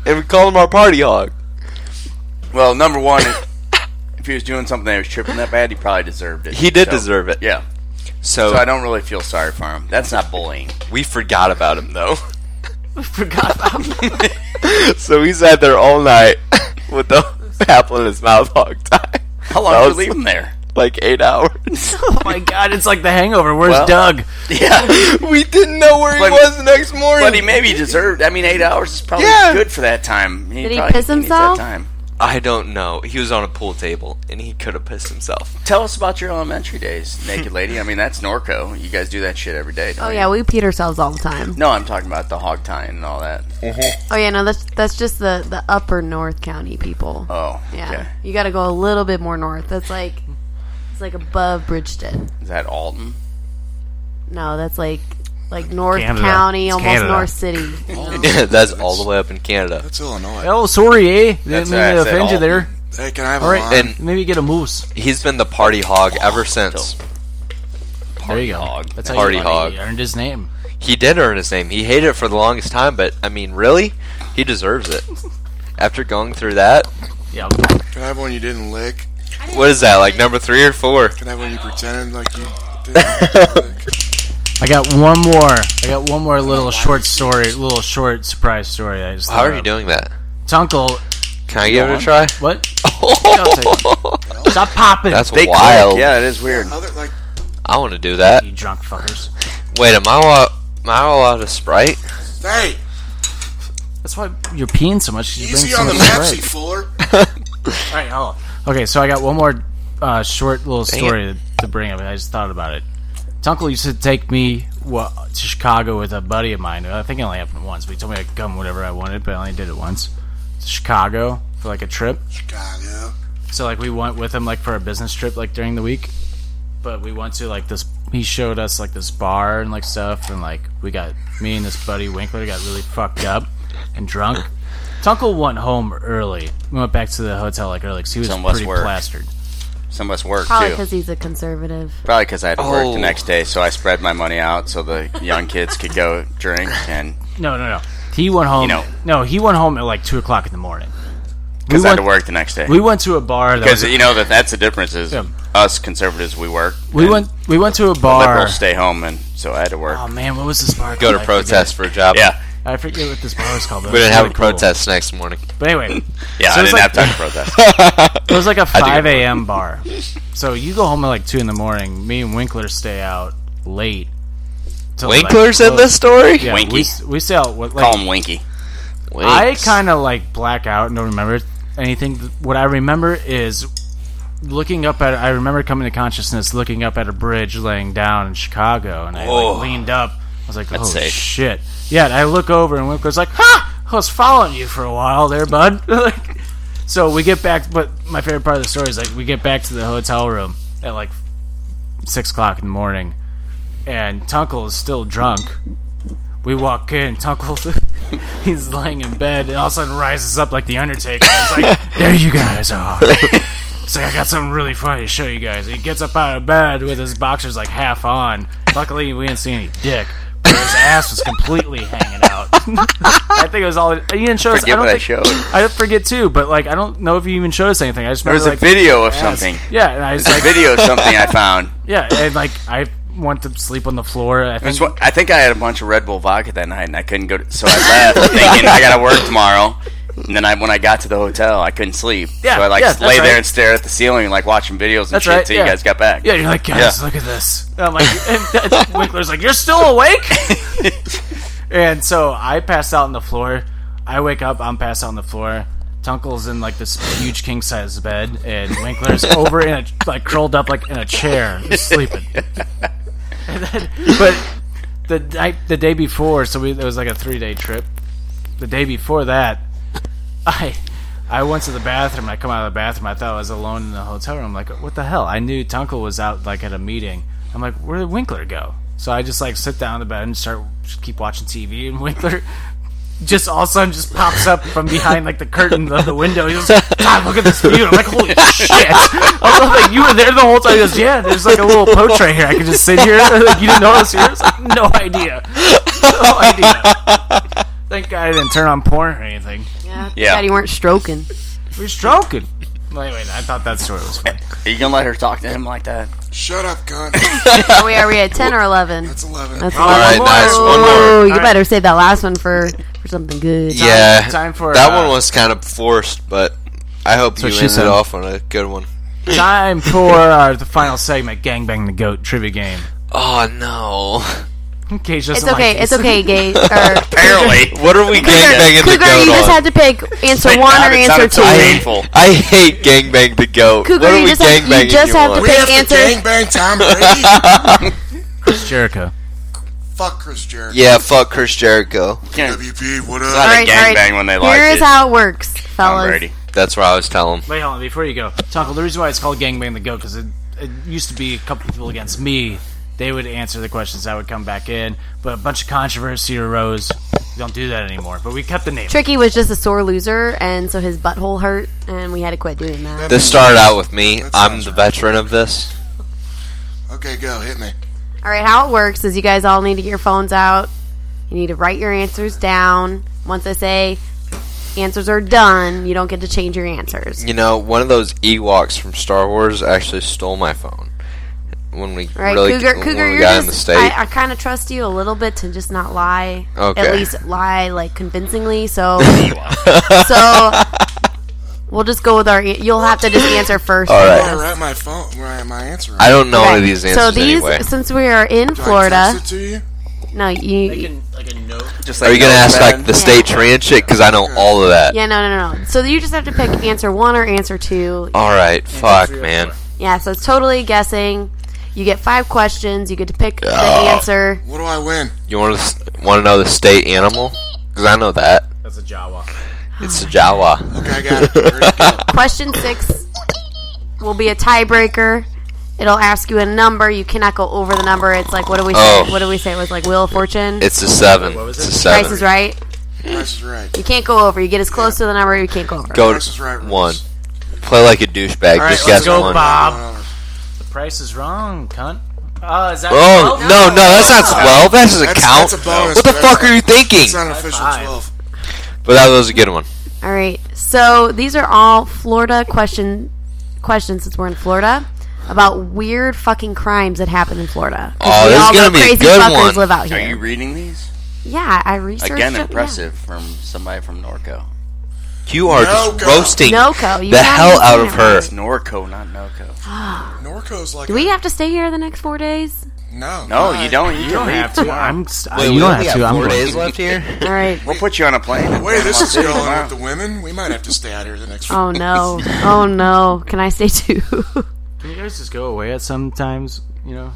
and we called him our party hog. Well, number one, if he was doing something that was tripping that bad, he probably deserved it. He did So- deserve it. Yeah. So, so I don't really feel sorry for him. That's not bullying. we forgot about him though. Forgot about me. so he sat there all night with the apple in his mouth hog time. How long That did you was leave him there? Like eight hours. Oh my god, it's like the hangover. Where's Well- Doug? Yeah, we didn't know where But- he was the next morning. But he maybe deserved. I mean, eight hours is probably Yeah. good for that time. Did he probably piss needs himself? That time. I don't know. He was on a pool table and he could have pissed himself. Tell us about your elementary days, naked lady. I mean, that's Norco. You guys do that shit every day, don't Oh you? yeah, we peed ourselves all the time. No, I'm talking about the hog tying and all that. Oh yeah, no, that's that's just the the upper North County people. Oh, yeah, okay. you got to go a little bit more north. That's like it's like above Bridgeton. Is that Alton? No, that's like like North Canada. County, It's almost Canada. North City. That's all the way up in Canada. Oh, That's Illinois. Oh, sorry, eh? Didn't That's mean right, to I said offend you Alton. there. Hey, can I have All a right, line? And Maybe get a moose. He's been the party hog Oh, ever since. There you go. hog. That's how Party you hog. He earned his name. He did earn his name. He hated it for the longest time, but I mean, really, he deserves it. After going through that, Yeah. Can I have one you didn't lick? what is that like number three or four? Can I have one you pretended like you didn't lick? I got one more. I got one more little short story, little short surprise story. I just How thought are you of. doing that? Tunkle? Can I give it a try? What? Stop popping. That's They wild. Oh. click. Yeah, it is weird. Other, like, I want to do that. you drunk fuckers. Wait, am I allowed, am I allowed a sprite? hey, That's why you're peeing so much. 'cause You easy drink so on the much Pepsi, Sprite. Fuller. All right, hold on. Okay, so I got one more uh, short little story to bring up. I just thought about it. Tunkle used to take me well, to Chicago with a buddy of mine. I think it only happened once. But he told me to come whenever I wanted, but I only did it once. To Chicago for like a trip. Chicago. So like we went with him like for a business trip like during the week. But we went to like this. He showed us like this bar and like stuff, and like we got me and this buddy Winkler got really fucked up and drunk. Tunkle went home early. We went back to the hotel like early because he was Some of us pretty were. plastered. Some of us work Probably too. because he's a conservative. Probably because I had to work Oh. the next day, so I spread my money out so the young kids could go drink and No, no, no. He went home. You know. no, he went home at like two o'clock in the morning. because I had went, to work the next day. we went to a bar. That Because was, you know that that's the difference is Yeah. us conservatives we work. we and went. We went to a bar. Liberals stay home, and so I had to work. Oh man, what was this bar? Go called? to I protest for a job. yeah, forget- I forget what this bar was called. But We it was didn't have a really cool. protest next morning. But anyway, yeah. So I it's didn't like- have time for that. It was like a I do. 5 a.m. bar. So you go home at like 2 in the morning. Me and Winkler stay out late. till, Winkler's in well, this story? Yeah, Winky. We, s- we still what, like, Call him Winky. I kind of like black out and don't remember anything. What I remember is looking up at. I remember coming to consciousness looking up at a bridge laying down in Chicago, and I Whoa. like, leaned up. I was like, That's "Oh safe. shit!" Yeah, and I look over, and Winkler's like, "Ha! I was following you for a while there, bud." like, so we get back. But my favorite part of the story is like we get back to the hotel room at like six o'clock in the morning, and Tunkel is still drunk. We walk in, Tunkel, he's lying in bed, and all of a sudden rises up like the Undertaker. He's like, "There you guys are." He's like, "I got something really funny to show you guys." He gets up out of bed with his boxers like half on. Luckily, we didn't see any dick. But his ass was completely hanging out. I think it was all. He didn't show us. I Forget don't what I think- showed. I forget too, but like I don't know if you even showed us anything. I just There was remember, a like, video of ass. something. Yeah, and I was There's a like, video of something I found. yeah, and like I went to sleep on the floor. I That's think what- I think I had a bunch of Red Bull vodka that night, and I couldn't go. To, so I left thinking I gotta work tomorrow. And then I, when I got to the hotel, I couldn't sleep. Yeah, so I like yeah, just that's lay there right. and stare at the ceiling, like watching videos and That's shit right, till yeah. you guys got back. Yeah, you're like, guys, Yeah. look at this. And I'm like, and, and Winkler's like, you're still awake? and so I pass out on the floor. I wake up, I'm passed out on the floor. Tunkel's in like this huge king size bed, and Winkler's over in a like curled up like in a chair, just sleeping. And then- but the night, the day before, so we, it was like a three day trip. The day before that, I I went to the bathroom. I come out of the bathroom. I thought I was alone in the hotel room. Like, what the hell? I knew Tunkel was out like at a meeting. I'm like, where did Winkler go? So I just like sit down on the bed and start just keep watching TV. And Winkler just all of a sudden just pops up from behind like the curtain of the window. He goes, God, look at this view. I'm like, holy shit. I was like, you were there the whole time. He goes, yeah, there's like a little poach right here. I can just sit here. Like, you didn't know I was here? I was like, no idea. No idea. Thank God I didn't turn on porn or anything. Yeah. Yeah. Glad you weren't stroking. We're stroking. Well, anyway, I thought that story was funny. Are you gonna let her talk to him like that? Shut up, cunt. Are we, are we at 10 or 11? That's 11. That's All right, 11. nice. One more. Oh, you All right. better save that last one for, for something good. yeah, time for, that uh, one was kind of forced, but I hope you what she ended said. off on a good one. Time for uh, the final segment, Gangbang the Goat trivia game. Oh no! In case just It's okay. like It's okay, Gay. Or, Apparently, What are we gangbanging the Cougar, goat you just on? had to pick answer Thank one God or it answer sounded so two. painful. I hate gangbang the goat. Cougar, what are you we just have- you gangbanging just have to on? We have Answer- to gangbang Tom Brady. Chris Jericho. Fuck Chris Jericho. Yeah, fuck Chris Jericho. WP, what Not up? a Alright, gangbang alright. when they like Here it. is how it works, Tom fellas. Brady. That's what I was telling him. Wait, hold on. Before you go, Tonko, the reason why it's called Gangbang the Goat because it, it used to be a couple people against me. They would answer the questions. I would come back in, but a bunch of controversy arose. We don't do that anymore. But we kept the name. Tricky was just a sore loser, and so his butthole hurt, and we had to quit doing that. This started out with me. That I'm sounds the right. veteran of this. Okay, go. Hit me. All right, how it works is you guys all need to get your phones out. You need to write your answers down. Once I say answers are done, you don't get to change your answers. You know, one of those Ewoks from Star Wars actually stole my phone when we All right, really Cougar, when Cougar, we you're got just, in the state. I, I kind of trust you a little bit to just not lie. Okay. At least lie like convincingly. So, so we'll just go with our. You'll have to just answer first. All I right. guess. Where at my phone? Where at my answer? I don't know any Okay. of these answers so these, anyway. since we are in Do I Florida, text it to you? no, you, Just Are you gonna ask like the state tree and shit? Because I know all of that. yeah, no, no, no. So you just have to pick answer one or answer two. All right, fuck, man. Yeah, so it's totally guessing. You get five questions. You get to pick the Yeah. answer. What do I win? You want to want to know the state animal? Because I know that That's a Jawa. it's a Jawa. Okay, I got it. Ready to go. Question six will be a tiebreaker. It'll ask you a number. You cannot go over the number. It's like what do we say? Oh. What do we say? It was like Wheel of Fortune. It's a seven. It's a Price is seven. right. Price is right. You can't go over. You get as close to the number. You can't go over. Go Price is right. rules. one. Um, Play like a douchebag. right, let's Just guess go, one. Bob. Whatever. The price is wrong, cunt. Oh, is that? Oh no, no, that's not twelve. That doesn't That's- count. that's a bonus, what the but fuck that's- are you thinking? It's not an official five. 12. But that was a good one. All right. So these are all Florida question questions since we're in Florida about weird fucking crimes that happen in Florida. 'Cause Oh, we this is all gonna know be a crazy good fuckers one. Live out Are here. you reading these? yeah, I researched Again, it, yeah. impressive from somebody from Norco. You are No just go. roasting No go. You the have hell to out of do Uh, her. that. It's Norco, not Noco. Norco's like Do we have to stay here the next four days? a- No. No, you don't. You, You can don't read. have to. I'm. St- Wait, you we don't only have got to. I'm four going. days left here. All right. We'll put you on a plane. The way this is Come going out. with the women, we might have to stay out here the next. Oh no. Oh no. Can I stay too? All Can you guys just go away at sometimes? You know,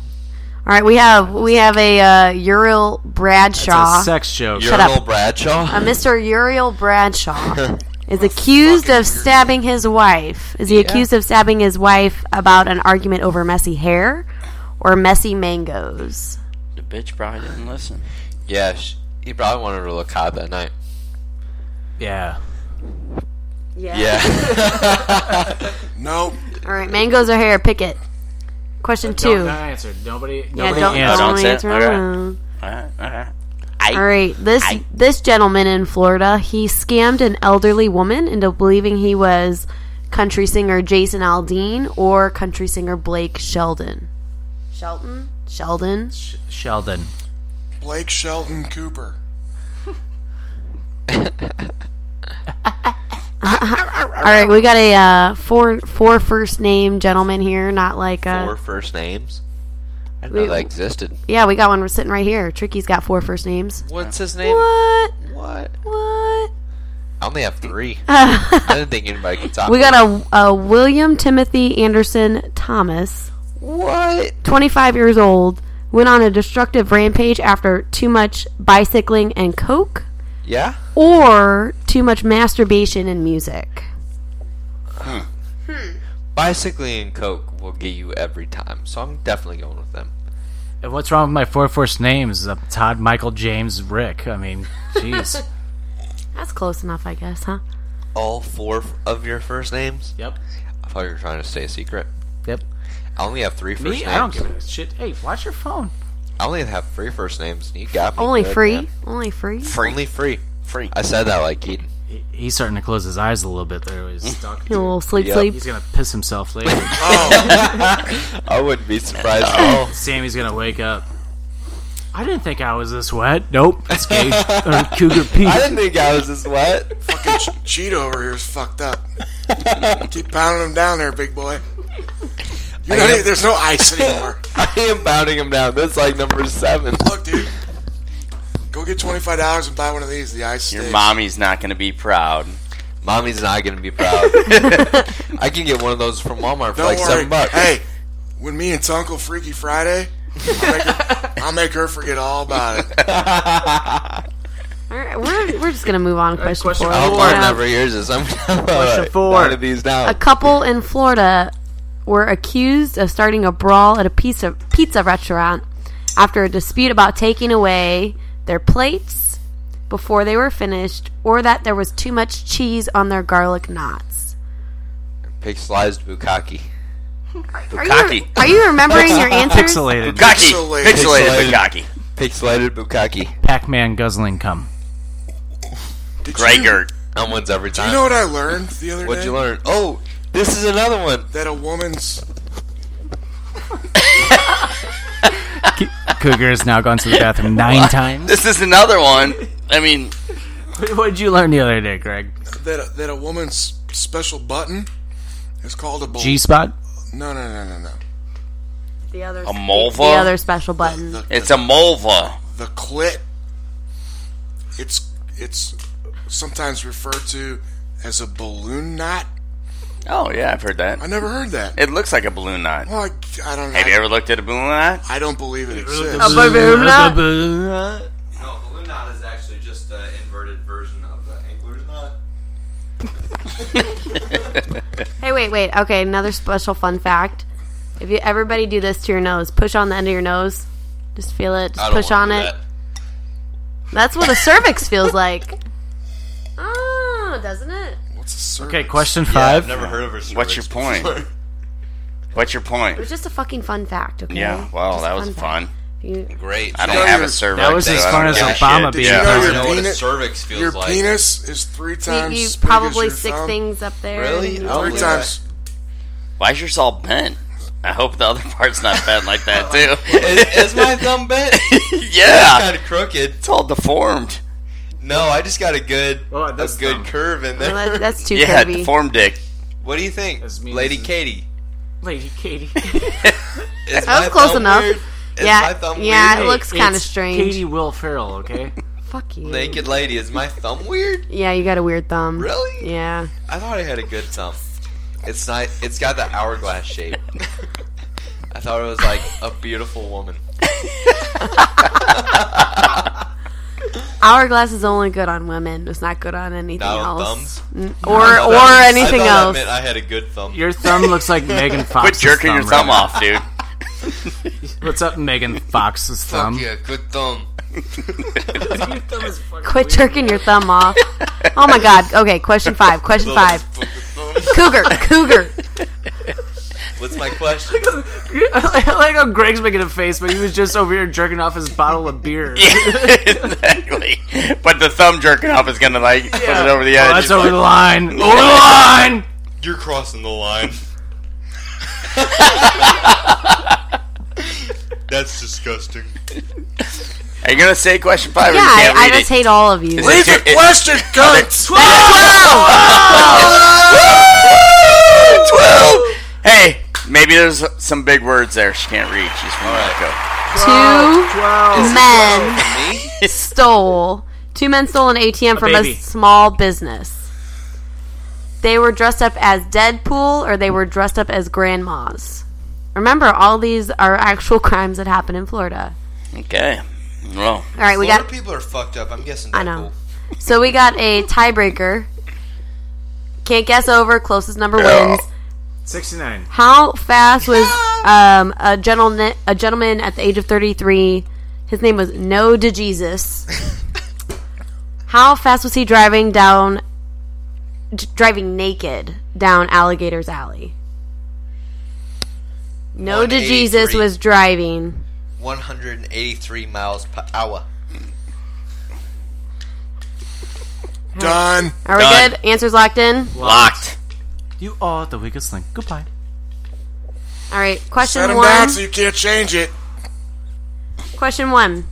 right. We have we have a uh, Uriel Bradshaw. it's a sex joke. You're Shut up. Earl Bradshaw. Uh, Mr. Uriel Bradshaw is accused of stabbing his wife. Is he accused of stabbing his wife about an argument over messy hair or messy mangoes? The bitch probably didn't listen. Yeah, sh- he probably wanted her to look hot that night. Yeah. Yeah. No. All right. Mangoes or hair? Pick it. Question Don't, two. not answer. Nobody. Yeah, Nobody don't, answer. don't Don't say it. answer. All right. no. All right, all right. All right, this this gentleman in Florida, he scammed an elderly woman into believing he was country singer Jason Aldean or country singer Blake Sheldon. Shelton? Sheldon? Sheldon. Blake Shelton Cooper. All right, we got a uh, four four first name gentleman here, not like a Four first names. I didn't We- know that existed. yeah. We got one. We're sitting right here. Tricky's got four first names. What's his name? What? What? What? I only have three. I didn't think anybody could top. We me. got a, a William Timothy Anderson Thomas. what? 25 years old, went on a destructive rampage after too much bicycling and coke Yeah. or too much masturbation and music. Bicycling and Coke will get you every time, so I'm definitely going with them. And what's wrong with my four first names? Uh, Todd, Michael, James, Rick. I mean, jeez. That's close enough, I guess, huh? All four f- of your first names? yep. I thought you were trying to stay a secret. Yep. I only have three first Me? names. I don't give a shit. Hey, watch your phone. I only have three first names, and you got me. Only good, free? man. Only free? Only free. Free. I said that like Keaton. He- He's starting to close his eyes a little bit there. He's stuck. A little sleep, Yep. sleep. He's gonna piss himself later. Oh. I wouldn't be surprised at all. Sammy's gonna wake up. I didn't think I was this wet. Nope. It's gay. or Cougar Pete. I didn't think I was this wet. Fucking che- Cheeto over here is fucked up. Keep pounding him down there, big boy. You're not, even- there's no ice anymore. I am bounding him down. That's like number seven. Look, dude. Go get twenty five dollars and buy one of these. The ice. Your stays. mommy's not going to be proud. Mommy's not gonna be proud. I can get one of those from Walmart for Don't like worry. seven bucks. Hey, when me and Uncle Freaky Friday, I'll make, her, I'll make her forget all about it. All right, we're, we're just going to move on to question, question four. four. Walmart Yeah. never hears this. I'm gonna uh, Question four. One of these A down. couple in Florida were accused of starting a brawl at a pizza, pizza restaurant after a dispute about taking away their plates before they were finished or that there was too much cheese on their garlic knots. Pixelized bukkake. Are you, Bukkake. are you remembering your answers? Pixelated. Bukkake. Pixelated. Pixelated Bukkake. Pixelated bukkake. Pac-Man guzzling cum. Did Grey you- Gert. That one's every time. You know what I learned the other What'd day? you learn? Oh, this is another one. That a woman's Cougar has now gone to the bathroom nine times. This is another one. I mean, What did you learn the other day, Greg? that a, that a woman's special button is called a bul- G spot. No, no, no, no, no. The other, a mulva? the other special button. The, It's a mulva. the clit. It's it's sometimes referred to as a balloon knot. Oh, yeah, I've heard I that. never heard that. It looks like a balloon knot. well, I, I don't. Have I, you ever looked at a balloon knot? I don't believe it exists. No, balloon knot is actually just an inverted version of the angler's knot. Hey, wait, wait. Okay, another special fun fact. If you everybody do this to your nose, push on the end of your nose. Just feel it. Just push on it. That's what a cervix feels like. Oh, doesn't it? What's a cervix? Okay, question five. never heard of her. What's your point? What's your It point? was just a fucking fun fact, okay? Yeah, well, Just that a was fact. fun. You- Great. I I don't know have your- a cervix. That was so as I fun don't as give a Obama shit. being you know president. your don't know what a penis- cervix feels Your like. penis is three times. You, as big probably as your stick thumb. things up there. Really? and- I Oh, don't believe Three times. Why is yours all bent? I hope the other part's not bent like that, too. Is, is my thumb bent? yeah! kind of crooked. It's all deformed. No, I just got a good, Oh, a this good thumb. curve in Well, there. that- that's too Yeah, curvy. deformed dick. What do you think, This means Lady it's- Katie? Lady Katie. Is That was my close thumb enough. weird? Is my thumb yeah, weird? it looks kind of It's strange. Katie Will Ferrell, okay? Fuck you. Naked lady, is my thumb weird? Yeah, you got a weird thumb. Really? Yeah. I thought I had a good thumb. It's not. It's got the hourglass shape. I thought it was like a beautiful woman. Hourglass is only good on women. It's not good on anything No, else. thumbs? N- No, Or no, or thumbs. anything I thought else. That meant I had a good thumb. Your thumb looks like Megan Quit Fox's jerking your thumb thumb right off, dude. now. What's up, Megan Fox's thumb? yeah, good thumb. Quit jerking your thumb off. oh my god. Okay, question five. Question five. Cougar. Cougar. What's my question? I like how Greg's making a face, but he was just over here jerking off his bottle of beer. exactly. But the thumb jerking off is gonna like put it over the Oh, edge. that's over the line. Over the line. You're crossing the line. That's disgusting. Are you gonna say question five? Yeah, or you I, can't I read just it? hate all of you. Is it too- it- Question cunts! Twelve. Hey, maybe there's some big words there she can't read. She's from Mexico. Two men Me? stole two men stole an ATM from a baby. small business. They were dressed up as Deadpool or they were dressed up as grandmas. Remember, all these are actual crimes that happen in Florida. Okay. Well, All right, we got people are fucked up. I'm guessing. I know. So we got a tiebreaker. Can't guess over. Closest number wins. Sixty-nine. How fast was um, a gentleman a gentleman at the age of thirty three? His name was No De Jesus. How fast was he driving down, d- driving naked down Alligator's Alley? No De Jesus 183. was driving. 183 miles per hour. Done. Are we Done. good? Answers locked in. locked. You are the weakest link. Goodbye. All right. Question Set them one. down so you can't change it. Question one: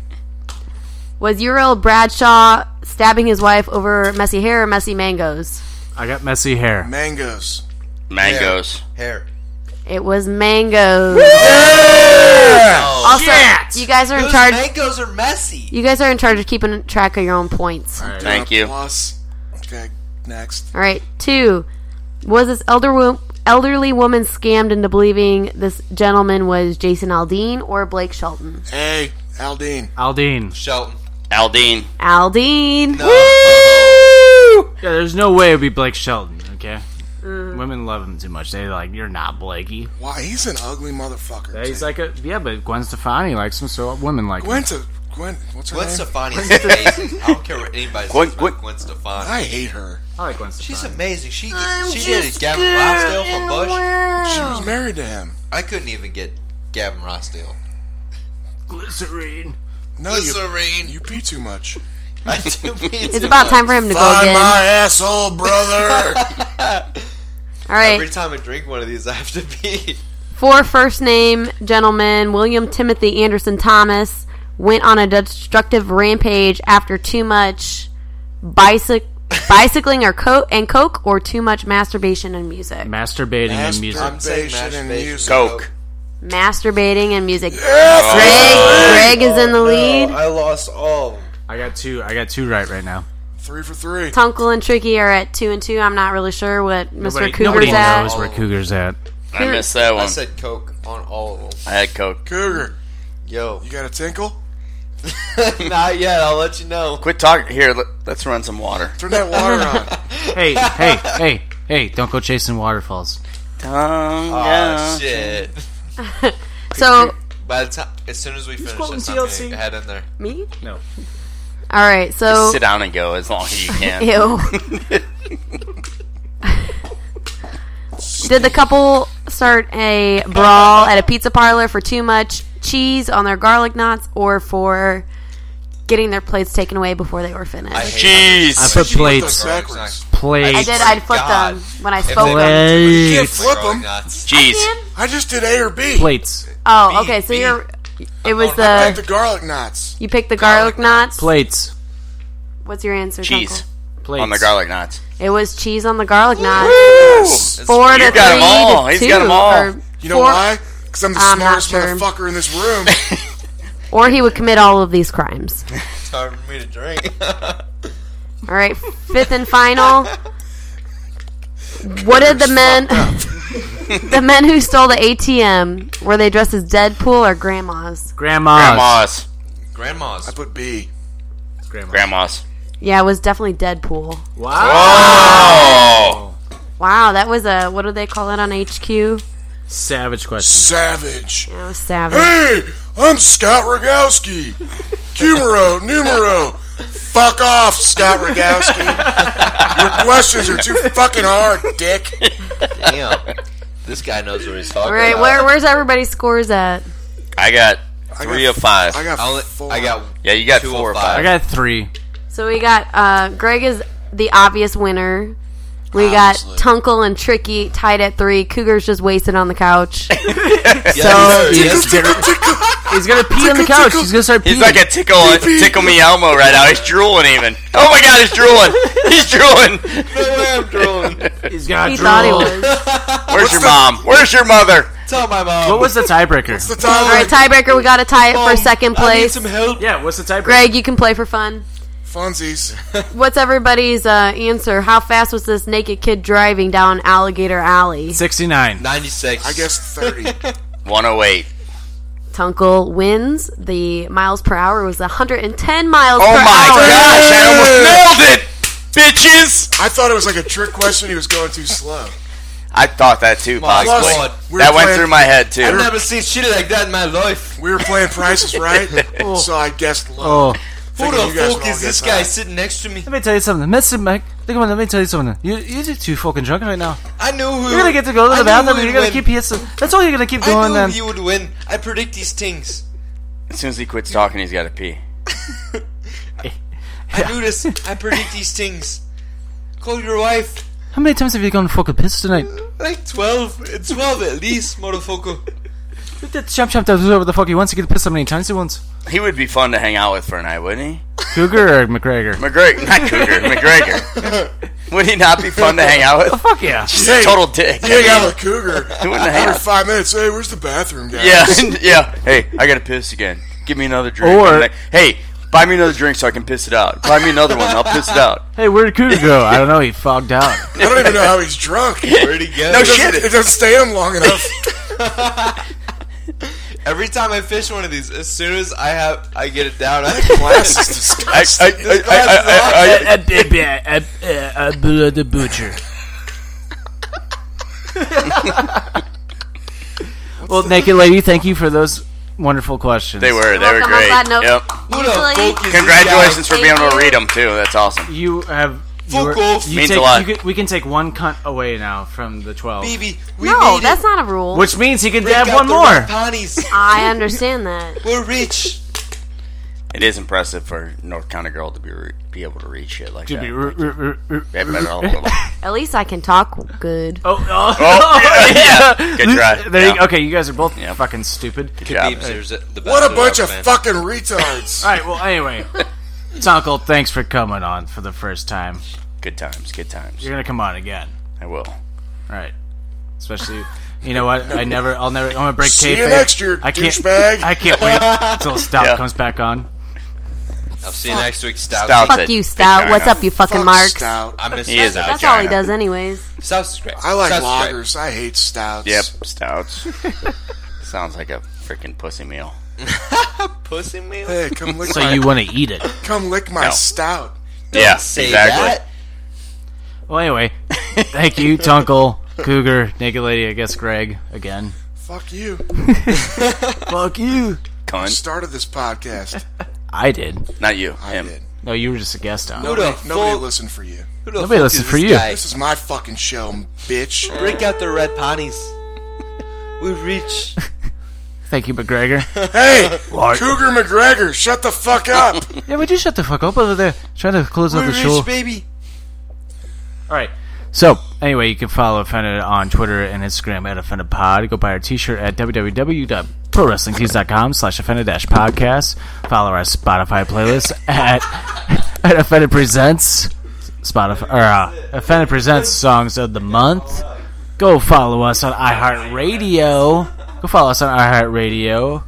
Was Uriel Bradshaw stabbing his wife over messy hair or messy mangoes? I got messy hair. Mangoes. Mangoes. Hair. It was mangoes. Also, you guys are in charge. mangoes are messy. you guys are in charge of keeping track of your own points. All Thank you. Plus. Okay, next. right. Two: Was this elder wo- elderly woman scammed into believing this gentleman was Jason Aldean or Blake Shelton? Hey, Aldine. Aldine. Shelton. Aldine. Aldean. Yeah, there's no way it'd be Blake Shelton. Okay. Mm. Women love him too much. They're like, you're not Blakey. Why, he's an ugly motherfucker. Yeah, He's too. like a yeah, but Gwen Stefani likes him, so women like him. Gwen to, Gwen, what's her Gwen name? Stefani's amazing. I don't care what anybody Gwen- says Gwen- about Gwen Stefani. I hate her. I like Gwen Stefani. She's amazing. She she did Gavin Rossdale for Bush. She was married to him. I couldn't even get Gavin Rossdale. glycerine. No, you, you pee too much. It's it's about time for him to go Find my again. asshole, brother. All right. Every time I drink one of these, I have to be. Four first name gentlemen, William Timothy Anderson Thomas, went on a destructive rampage after too much bicyc- bicycling or co- and coke or too much masturbation and music. Masturbating and music. Masturbation and music. Coke. Masturbating and music. Greg, Greg is in the lead. I lost all. of 'em. I got two. I got two right right now. Three for three. Tunkel and Tricky are at two and two. I'm not really sure what Mr. Nobody, Cougar's nobody at. knows where Cougar's at. I missed that I one. said Coke on all of them. I had Coke. Cougar, Yo, you got a tinkle? not yet. I'll let you know. Quit talking. Here, let, let's run some water. Turn that water on. Hey, hey, hey, hey! Don't go chasing waterfalls. Tongue Oh out. shit! So By the time, as soon as we finish quoting this, I'm TLC. gonna head in there. me? No. All right. So Sit down and go as long as you can. Ew. Did the couple start a brawl at a pizza parlor for too much cheese on their garlic knots or for getting their plates taken away before they were finished? I, I Jeez. put Those plates, backwards. plates, did. I'd flip God. them when I they spoke don't- them. You can't plates, flip them. Jeez. I just did A or B. plates, Oh, okay. So you're. It Oh, was Like the the garlic knots. you picked the garlic knots. plates, What's your answer? Cheese. Uncle? plates. On the garlic knots. It was cheese on the garlic knots. Four You got to 'em three all. to He's two. got 'em all. or You know four- why? Because I'm the I'm not smartest sure. motherfucker in this room. Or he would commit all of these crimes. It's hard for me to drink. All right, fifth and final. What did the men, the men who stole the ATM, were they dressed as Deadpool or grandmas? Grandmas. Grandmas. Grandmas. I put B. Grandmas. Grandmas. Yeah, it was definitely Deadpool. Oh. Wow, that was a what do they call it on HQ? Savage question. Savage. That was savage. Hey, I'm Scott Rogowski. Numero, numero. Fuck off, Scott Rogowski. Your questions are too fucking hard, dick. Damn. This guy knows what he's talking All right, about. where, where's everybody's scores at? I got three got- of five. I got I only- four. I got yeah, you got two four or of five. five. I got three. So we got uh, Greg is the obvious winner. We got Tunkel and Tricky tied at three. Cougar's just wasted on the couch. so he has dinner. He's gonna pee on the couch. He's gonna start peeing. He's like a tickle, tickle me Elmo right now. He's drooling even. Oh my god, he's drooling. He's drooling. I'm drooling. He's got he drool. thought he was. Where's your mom? Where's your mother? Tell my mom. What was the tiebreaker? the time. All right, tiebreaker. We got to tie it for second Oh, I need place. some help. yeah, what's the tiebreaker? Greg, you can play for fun. Funsies. What's everybody's uh, answer? How fast was this naked kid driving down Alligator Alley? Sixty-nine. 96. I guess 30. 108. Tunkel wins. The miles per hour was 110 miles Oh per my hour. gosh, I almost nailed it, bitches. I thought it was like a trick question. He was going too slow. I thought that too, My possibly. God. We're That went playing- through my head I've too. never seen shit like that in my life. We were playing prices, right? so I guessed low. Oh, Oh. Who the Thinking you guys would fuck all is get this that. guy sitting next to me? let me tell you something. Listen, Mike. Look at me. Let me tell you something. You you're just too fucking drunk right now. I knew who. You're gonna get to go to I the knew bathroom. and who You're would gonna win. keep pissing. That's all you're gonna keep I doing. knew Then you would win. I predict these things. As soon as he quits talking, he's got to pee. I knew this. I predict these things. Call your wife. how many times have you gone fucking piss tonight? Like 12. It's 12 at least, motherfucker. Champ, champ, does whatever the fuck he wants. He can piss how many times he wants. He would be fun to hang out with for a night, wouldn't he? Cougar or McGregor? McGregor, not Cougar, McGregor. Would he not be fun to hang out with? Oh, Fuck yeah. He's a total dick. You hang out with Cougar Doing the every half. five minutes. Hey, where's the bathroom, guys? Yeah, yeah. Hey, I gotta piss again. Give me another drink. Or- Like, hey, buy me another drink so I can piss it out. Buy me another one. I'll piss it out. Hey, where did Cougar go? I don't know. He fogged out. I don't even know how he's drunk. Where'd he go? No It doesn't, shit. it doesn't stay him long enough. Every time I fish one of these, as soon as I have, I get it down. I Glass is disgusting. I, I, I, I, I, I, the butcher. well, naked lady, thank you for those wonderful questions. they were, they were Welcome, I'm great. glad no- Yep. who the Usually- fuck is Congratulations This for being able to Thank you. read them too. That's awesome. You have. You Fuck were, off. you Means a take, lot. you can- we can take one cunt away now from the twelve, guy? Baby, we No, made that's it. not a rule. which means he can Break dab out one the more. red Panties. I understand that. We're rich. It is impressive for a North County girl to be re- be able to read shit like Should that. be r- r- r- r- Yeah, but- oh, At least I can talk good. Oh, oh. yeah, yeah. Good try. There you Yeah. go. Okay, you guys are both Yeah. fucking stupid. Good job. What a bunch of fucking retards. All right. Well, anyway, Tonkel, thanks for coming on for the first time. Good times. Good times. You're gonna come on again. I will. All right. Especially, you know what? I never. I'll never. I'm gonna break See you kayfabe. next year, I can't. douchebag. I can't wait until Stout Yeah. comes back on. I'll see you next week, Stout. Fuck it. you, Stout. Vagina. What's up, you fucking Fuck marks? Stout. I miss He is a That's all vagina. he does, anyways. Stout's is great. I like Stout's is great. lagers. I hate stouts. Yep, stouts. Sounds like a freaking pussy meal. Pussy meal. Hey, come lick So my you want to eat it? come lick my No. stout. yeah, Say exactly. that. Well, anyway, thank you, Tonkel, Cougar, Naked Lady. I guess Greg again. Fuck you. Fuck you. Cunt. Started this podcast. I did. Not you. I him. did. No, you were just a guest on. Who Nobody, the fuck? nobody listened for you. Who the Nobody fuck listens is for this you. guy? This is my fucking show, bitch. Break out the red panties. We're rich. Thank you, McGregor. Hey, Cougar McGregor, shut the fuck up. yeah, would you shut the fuck up over there? Trying to close out the We're rich, show. baby. All right. So, anyway, you can follow Offended on Twitter and Instagram at OffendedPod. Go buy our t-shirt at www.prowrestlingtees.com slash offended-podcast. Follow our Spotify playlist at, at Offended Presents Spotify, or, uh, Offended Presents Songs of the Month. Go follow us on iHeartRadio. Go follow us on iHeartRadio.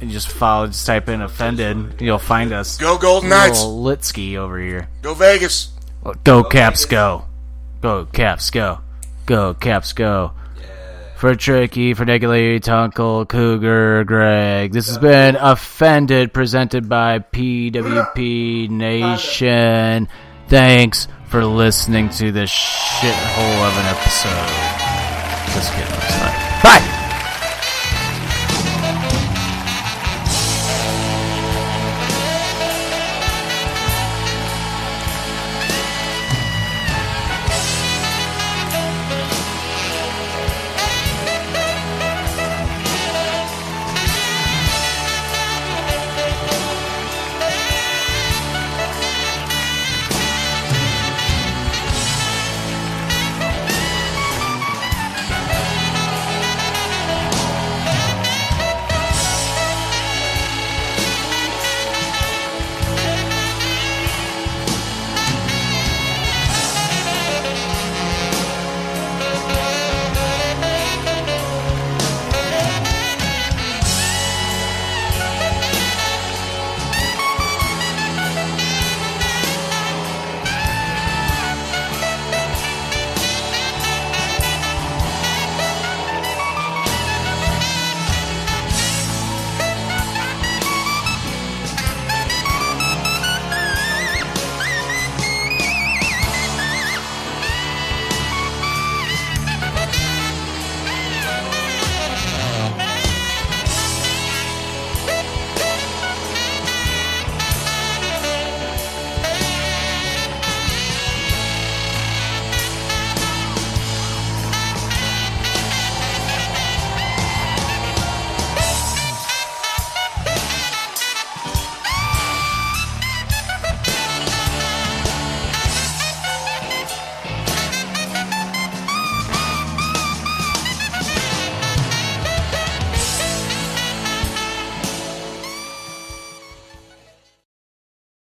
and just follow, just type in offended, and you'll find us. Go Golden Knights. Little Litsky over here. Go Vegas. Go Caps, go. Go Caps, go. Go Caps, go. For Tricky, for Nicolay, Tunkel, Cougar, Greg. This has been Offended, presented by PWP Nation. Thanks for listening to this shithole of an episode. Just kidding. I'm sorry. Bye!